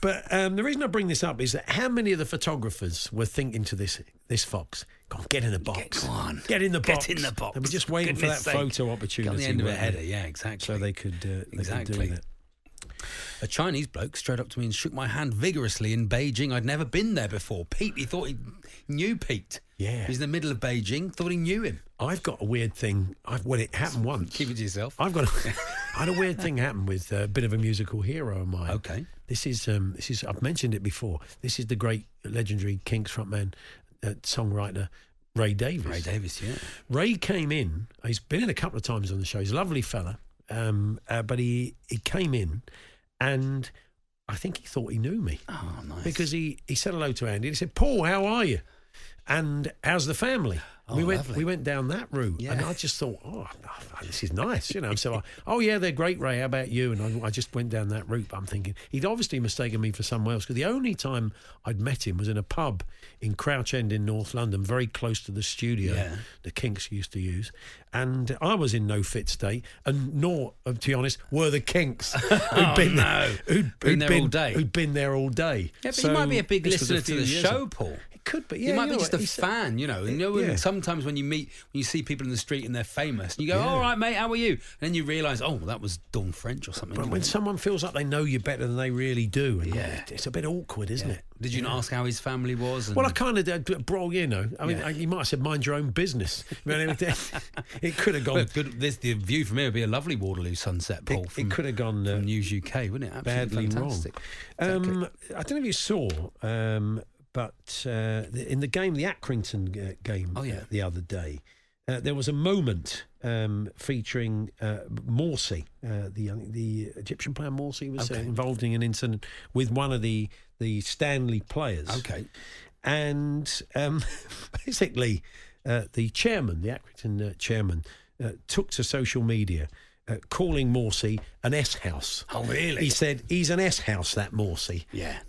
[SPEAKER 3] But um, the reason I bring this up is that how many of the photographers were thinking to this this fox? Go on, get in the box.
[SPEAKER 4] go on.
[SPEAKER 3] Get in the
[SPEAKER 4] Get
[SPEAKER 3] box.
[SPEAKER 4] in the box.
[SPEAKER 3] They were just waiting
[SPEAKER 4] Goodness
[SPEAKER 3] for that
[SPEAKER 4] sake.
[SPEAKER 3] photo
[SPEAKER 4] Get
[SPEAKER 3] opportunity.
[SPEAKER 4] on the end of a
[SPEAKER 3] weren't they?
[SPEAKER 4] header, yeah, exactly.
[SPEAKER 3] So they could, uh, exactly.
[SPEAKER 4] Exactly.
[SPEAKER 3] do that.
[SPEAKER 4] A Chinese bloke strode up to me and shook my hand vigorously in Beijing. I'd never been there before. Pete, he thought he knew Pete.
[SPEAKER 3] Yeah.
[SPEAKER 4] He's in the middle of Beijing, thought he knew him.
[SPEAKER 3] I've got a weird thing. I've, well, it happened once.
[SPEAKER 4] Keep it to yourself.
[SPEAKER 3] I've got. A, I had a weird thing happen with uh, a bit of a musical hero of mine.
[SPEAKER 4] Okay.
[SPEAKER 3] This is um, this is I've mentioned it before. This is the great legendary Kinks frontman, uh, songwriter Ray Davies.
[SPEAKER 4] Ray Davis, yeah.
[SPEAKER 3] Ray came in. He's been in a couple of times on the show. He's a lovely fella, um, uh, but he he came in, and I think he thought he knew me
[SPEAKER 4] Oh, nice.
[SPEAKER 3] because he he said hello to Andy. and He said, "Paul, how are you? And how's the family?" And
[SPEAKER 4] Oh,
[SPEAKER 3] we went
[SPEAKER 4] lovely.
[SPEAKER 3] we went down that route, and
[SPEAKER 4] Yeah.
[SPEAKER 3] I just thought, "Oh, this is nice," you know. So, I, oh yeah, they're great, Ray. How about you? And I, I just went down that route. But I'm thinking he'd obviously mistaken me for someone else because the only time I'd met him was in a pub in Crouch End in North London, very close to the studio
[SPEAKER 4] Yeah.
[SPEAKER 3] the Kinks used to use, and I was in no fit state, and nor, uh, to be honest, were the Kinks who'd been
[SPEAKER 4] Oh, no.
[SPEAKER 3] who'd,
[SPEAKER 4] Been there all day.
[SPEAKER 3] who'd been there all day.
[SPEAKER 4] Yeah, but
[SPEAKER 3] So
[SPEAKER 4] he might be a big
[SPEAKER 3] this was
[SPEAKER 4] listener to
[SPEAKER 3] few
[SPEAKER 4] the
[SPEAKER 3] years
[SPEAKER 4] show,
[SPEAKER 3] ago.
[SPEAKER 4] Paul.
[SPEAKER 3] It could be.
[SPEAKER 4] he
[SPEAKER 3] Yeah,
[SPEAKER 4] might
[SPEAKER 3] you're
[SPEAKER 4] be just
[SPEAKER 3] right.
[SPEAKER 4] a
[SPEAKER 3] He's-
[SPEAKER 4] fan, you know. And you know,
[SPEAKER 3] Yeah.
[SPEAKER 4] some sometimes when you meet, when you see people in the street and they're famous, and you go, "All right, mate, how are you?" And then you realise, "Oh, that was Don French or something."
[SPEAKER 3] But
[SPEAKER 4] you
[SPEAKER 3] when
[SPEAKER 4] know.
[SPEAKER 3] someone feels like they know you better than they really do, and
[SPEAKER 4] Yeah.
[SPEAKER 3] it's a bit awkward, isn't
[SPEAKER 4] Yeah.
[SPEAKER 3] it?
[SPEAKER 4] Did you not ask how his family was? And
[SPEAKER 3] Well, I kind of did, bro. You know, I mean,
[SPEAKER 4] Yeah.
[SPEAKER 3] you might have said mind your own business. I mean, it- it could have gone
[SPEAKER 4] Look, good. This the view from here would be a lovely Waterloo sunset, Paul.
[SPEAKER 3] It- it
[SPEAKER 4] from-
[SPEAKER 3] could've gone,
[SPEAKER 4] from
[SPEAKER 3] uh,
[SPEAKER 4] News UK, wouldn't it? Absolutely
[SPEAKER 3] badly
[SPEAKER 4] fantastic.
[SPEAKER 3] wrong.
[SPEAKER 4] Exactly.
[SPEAKER 3] Um, I don't know if you saw, um, but uh, the- in the game, the Accrington uh, game,
[SPEAKER 4] Oh, yeah.
[SPEAKER 3] uh, the other day, uh, there was a moment um, featuring uh, Morsi, uh, the young, the Egyptian player Morsi was uh,
[SPEAKER 4] Okay.
[SPEAKER 3] involved in an incident with one of the the Stanley players.
[SPEAKER 4] okay.
[SPEAKER 3] and um, basically uh, the chairman, the Accrington uh, chairman, uh, took to social media uh, calling Morsi an S house.
[SPEAKER 4] Oh, really?
[SPEAKER 3] He said he's an S house that Morsi.
[SPEAKER 4] Yeah.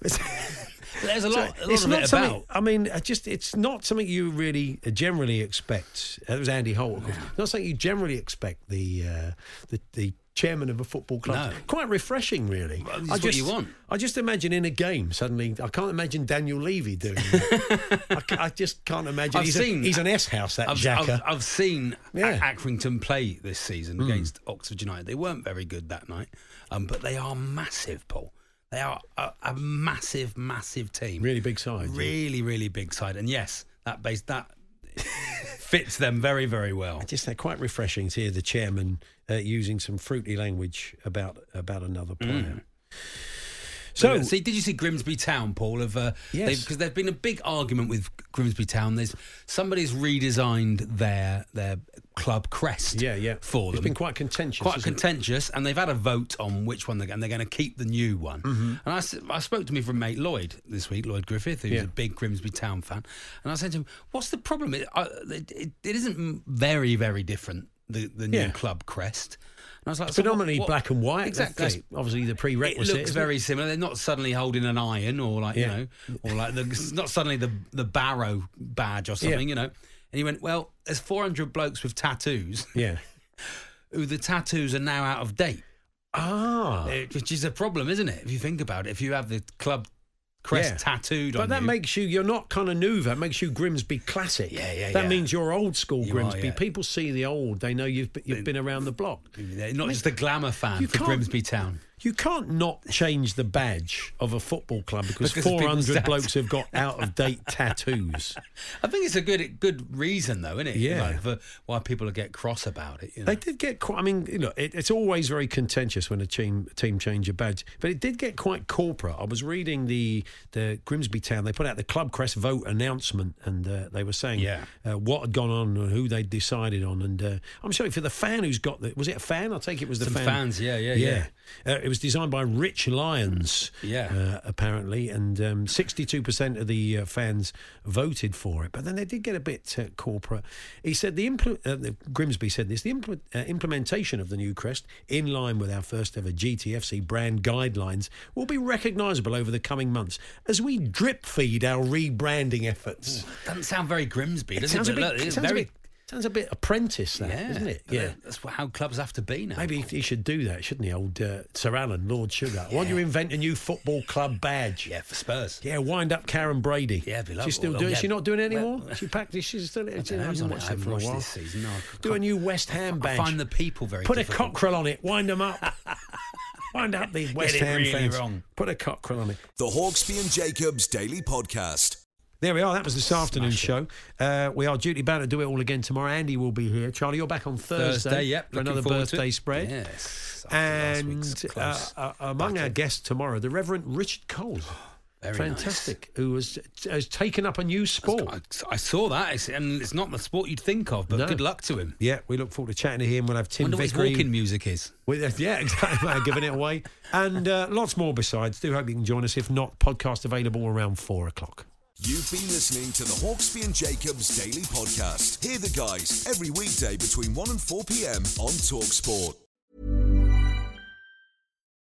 [SPEAKER 4] There's a lot. a lot
[SPEAKER 3] it's
[SPEAKER 4] of
[SPEAKER 3] not
[SPEAKER 4] it
[SPEAKER 3] something.
[SPEAKER 4] about.
[SPEAKER 3] I mean, I just it's not something you really uh, generally expect. Uh, That was Andy Holt, of course. Not something you generally expect the uh, the, the chairman of a football club.
[SPEAKER 4] No.
[SPEAKER 3] Quite refreshing, really.
[SPEAKER 4] Well, this is what you want.
[SPEAKER 3] I just imagine in a game suddenly. I can't imagine Daniel Levy doing. that. I, ca- I just can't imagine.
[SPEAKER 4] I've
[SPEAKER 3] he's,
[SPEAKER 4] seen-
[SPEAKER 3] a, he's an S house that
[SPEAKER 4] I've,
[SPEAKER 3] Xhaka.
[SPEAKER 4] I've, I've seen
[SPEAKER 3] Yeah. Hmm.
[SPEAKER 4] A- Accrington play this season against Oxford United. They weren't very good that night, um, but they are massive, Paul. They are a, a massive, massive team.
[SPEAKER 3] really big side. yeah.
[SPEAKER 4] really, really big side. And yes, that base that fits them very, very well.
[SPEAKER 3] I just they're quite refreshing to hear the chairman uh, using some fruity language about about another
[SPEAKER 4] Mm.
[SPEAKER 3] player. So
[SPEAKER 4] see, did you see Grimsby Town, Paul? Of uh,
[SPEAKER 3] Yes.
[SPEAKER 4] because there's been a big argument with Grimsby Town. There's somebody's redesigned their their club crest.
[SPEAKER 3] yeah, yeah,
[SPEAKER 4] for
[SPEAKER 3] it's
[SPEAKER 4] them.
[SPEAKER 3] been quite contentious.
[SPEAKER 4] quite
[SPEAKER 3] hasn't it?
[SPEAKER 4] contentious, and they've had a vote on which one they're going. They're going to keep the new one.
[SPEAKER 3] Mm-hmm.
[SPEAKER 4] And I, s- I spoke to me from mate Lloyd this week, Lloyd Griffith, who's
[SPEAKER 3] Yeah.
[SPEAKER 4] a big Grimsby Town fan, and I said to him, "What's the problem? It, I, it, it, it isn't m- very, very different the the new
[SPEAKER 3] Yeah.
[SPEAKER 4] club crest." And I was like,
[SPEAKER 3] It's
[SPEAKER 4] "So what-
[SPEAKER 3] predominantly
[SPEAKER 4] what-"
[SPEAKER 3] black and white. That's-
[SPEAKER 4] Exactly.
[SPEAKER 3] that's obviously the prerequisite.
[SPEAKER 4] It looks
[SPEAKER 3] isn't
[SPEAKER 4] very similar. They're not suddenly holding an iron or like
[SPEAKER 3] Yeah.
[SPEAKER 4] you know, or like the, it's not suddenly the the barrow badge or something, you know. And he went, well, there's 400 blokes with tattoos
[SPEAKER 3] Yeah.
[SPEAKER 4] who the tattoos are now out of date,
[SPEAKER 3] Ah.
[SPEAKER 4] eh, which is a problem, isn't it? If you think about it, if you have the club crest
[SPEAKER 3] Yeah.
[SPEAKER 4] tattooed
[SPEAKER 3] But
[SPEAKER 4] on
[SPEAKER 3] that
[SPEAKER 4] you,
[SPEAKER 3] makes you, you're not kind of new. That makes you Grimsby classic.
[SPEAKER 4] Yeah, yeah,
[SPEAKER 3] That
[SPEAKER 4] yeah.
[SPEAKER 3] means you're old school
[SPEAKER 4] You are,
[SPEAKER 3] Grimsby.
[SPEAKER 4] yeah.
[SPEAKER 3] People see the old, they know you've, be- you've been around the block.
[SPEAKER 4] they're not just a glamour fan
[SPEAKER 3] You
[SPEAKER 4] for
[SPEAKER 3] can't-
[SPEAKER 4] Grimsby Town.
[SPEAKER 3] You can't not change the badge of a football club because,
[SPEAKER 4] Because of people's
[SPEAKER 3] 400
[SPEAKER 4] tat-
[SPEAKER 3] blokes have got out of date tattoos.
[SPEAKER 4] I think it's a good good reason though, isn't it?
[SPEAKER 3] Yeah.
[SPEAKER 4] Like, for why people get cross about it. You know?
[SPEAKER 3] They did get quite. I mean, you know, it, it's always very contentious when a team team change a badge, but it did get quite corporate. I was reading the the Grimsby Town. They put out the club crest vote announcement, and uh, they were saying
[SPEAKER 4] Yeah.
[SPEAKER 3] uh, what had gone on and who they'd decided on. And uh, I'm sorry for the fan who's got the. Was it a fan? I take it was the
[SPEAKER 4] Some
[SPEAKER 3] fan.
[SPEAKER 4] fans, yeah, yeah, yeah.
[SPEAKER 3] Uh, it was designed by Rich Lyons,
[SPEAKER 4] Yeah.
[SPEAKER 3] uh, apparently, and um, 62% of the uh, fans voted for it. But then they did get a bit uh, corporate. He said the, impl- uh, the Grimsby said this: the impl- uh, implementation of the new crest, in line with our first ever GTFC brand guidelines, will be recognisable over the coming months as we drip feed our rebranding efforts.
[SPEAKER 4] Doesn't sound very Grimsby, does it?
[SPEAKER 3] sounds a
[SPEAKER 4] But
[SPEAKER 3] bit.
[SPEAKER 4] look, it's
[SPEAKER 3] sounds a
[SPEAKER 4] very
[SPEAKER 3] bit. Sounds a bit apprentice, that
[SPEAKER 4] yeah,
[SPEAKER 3] not it?
[SPEAKER 4] But that's how clubs have to be now.
[SPEAKER 3] Maybe he should do that, shouldn't he, old uh, Sir Alan, Lord Sugar? Why don't you invent a new football club badge?
[SPEAKER 4] yeah, for Spurs.
[SPEAKER 3] Yeah, wind up Karen Brady.
[SPEAKER 4] Yeah, be lovely.
[SPEAKER 3] She's still
[SPEAKER 4] Well,
[SPEAKER 3] doing
[SPEAKER 4] yeah.
[SPEAKER 3] She's not doing it anymore?
[SPEAKER 4] Well-
[SPEAKER 3] she packed it. She's still.
[SPEAKER 4] I
[SPEAKER 3] She's
[SPEAKER 4] don't know, I haven't
[SPEAKER 3] done it
[SPEAKER 4] watched, I haven't
[SPEAKER 3] for a
[SPEAKER 4] watched
[SPEAKER 3] while.
[SPEAKER 4] this season. No, I
[SPEAKER 3] Do a
[SPEAKER 4] can't-
[SPEAKER 3] new West Ham
[SPEAKER 4] I
[SPEAKER 3] badge.
[SPEAKER 4] find the people very
[SPEAKER 3] Put
[SPEAKER 4] difficult.
[SPEAKER 3] a cockerel on it. Wind them up. wind up the West
[SPEAKER 4] it
[SPEAKER 3] Ham
[SPEAKER 4] really
[SPEAKER 3] fans.
[SPEAKER 4] wrong.
[SPEAKER 3] Put a cockerel on it.
[SPEAKER 2] The Hawksby and Jacobs Daily Podcast.
[SPEAKER 3] There we are. That was this afternoon's show. Uh, we are duty bound to do it all again tomorrow. Andy will be here. Charlie, you're back on Thursday.
[SPEAKER 4] Thursday, yep.
[SPEAKER 3] For
[SPEAKER 4] looking
[SPEAKER 3] another
[SPEAKER 4] forward to
[SPEAKER 3] birthday
[SPEAKER 4] it.
[SPEAKER 3] spread.
[SPEAKER 4] Yes. after last week's
[SPEAKER 3] And uh,
[SPEAKER 4] close
[SPEAKER 3] uh, among our
[SPEAKER 4] battle.
[SPEAKER 3] guests tomorrow, the Reverend Richard Cole.
[SPEAKER 4] Very nice.
[SPEAKER 3] Fantastic. Who has, has taken up a new sport.
[SPEAKER 4] I, I saw that, it's, and it's not the sport you'd think of, but
[SPEAKER 3] No.
[SPEAKER 4] good luck to him.
[SPEAKER 3] Yeah, we look forward to chatting to him. We'll have Tim
[SPEAKER 4] Wonder what his
[SPEAKER 3] Vickery.
[SPEAKER 4] walking music is.
[SPEAKER 3] With, yeah, exactly. without giving it away. And uh, lots more besides. Do hope you can join us. If not, podcast available around four o'clock.
[SPEAKER 2] You've been listening to the Hawksby and Jacobs Daily Podcast. Hear the guys every weekday between 1 and 4 p.m. on Talksport.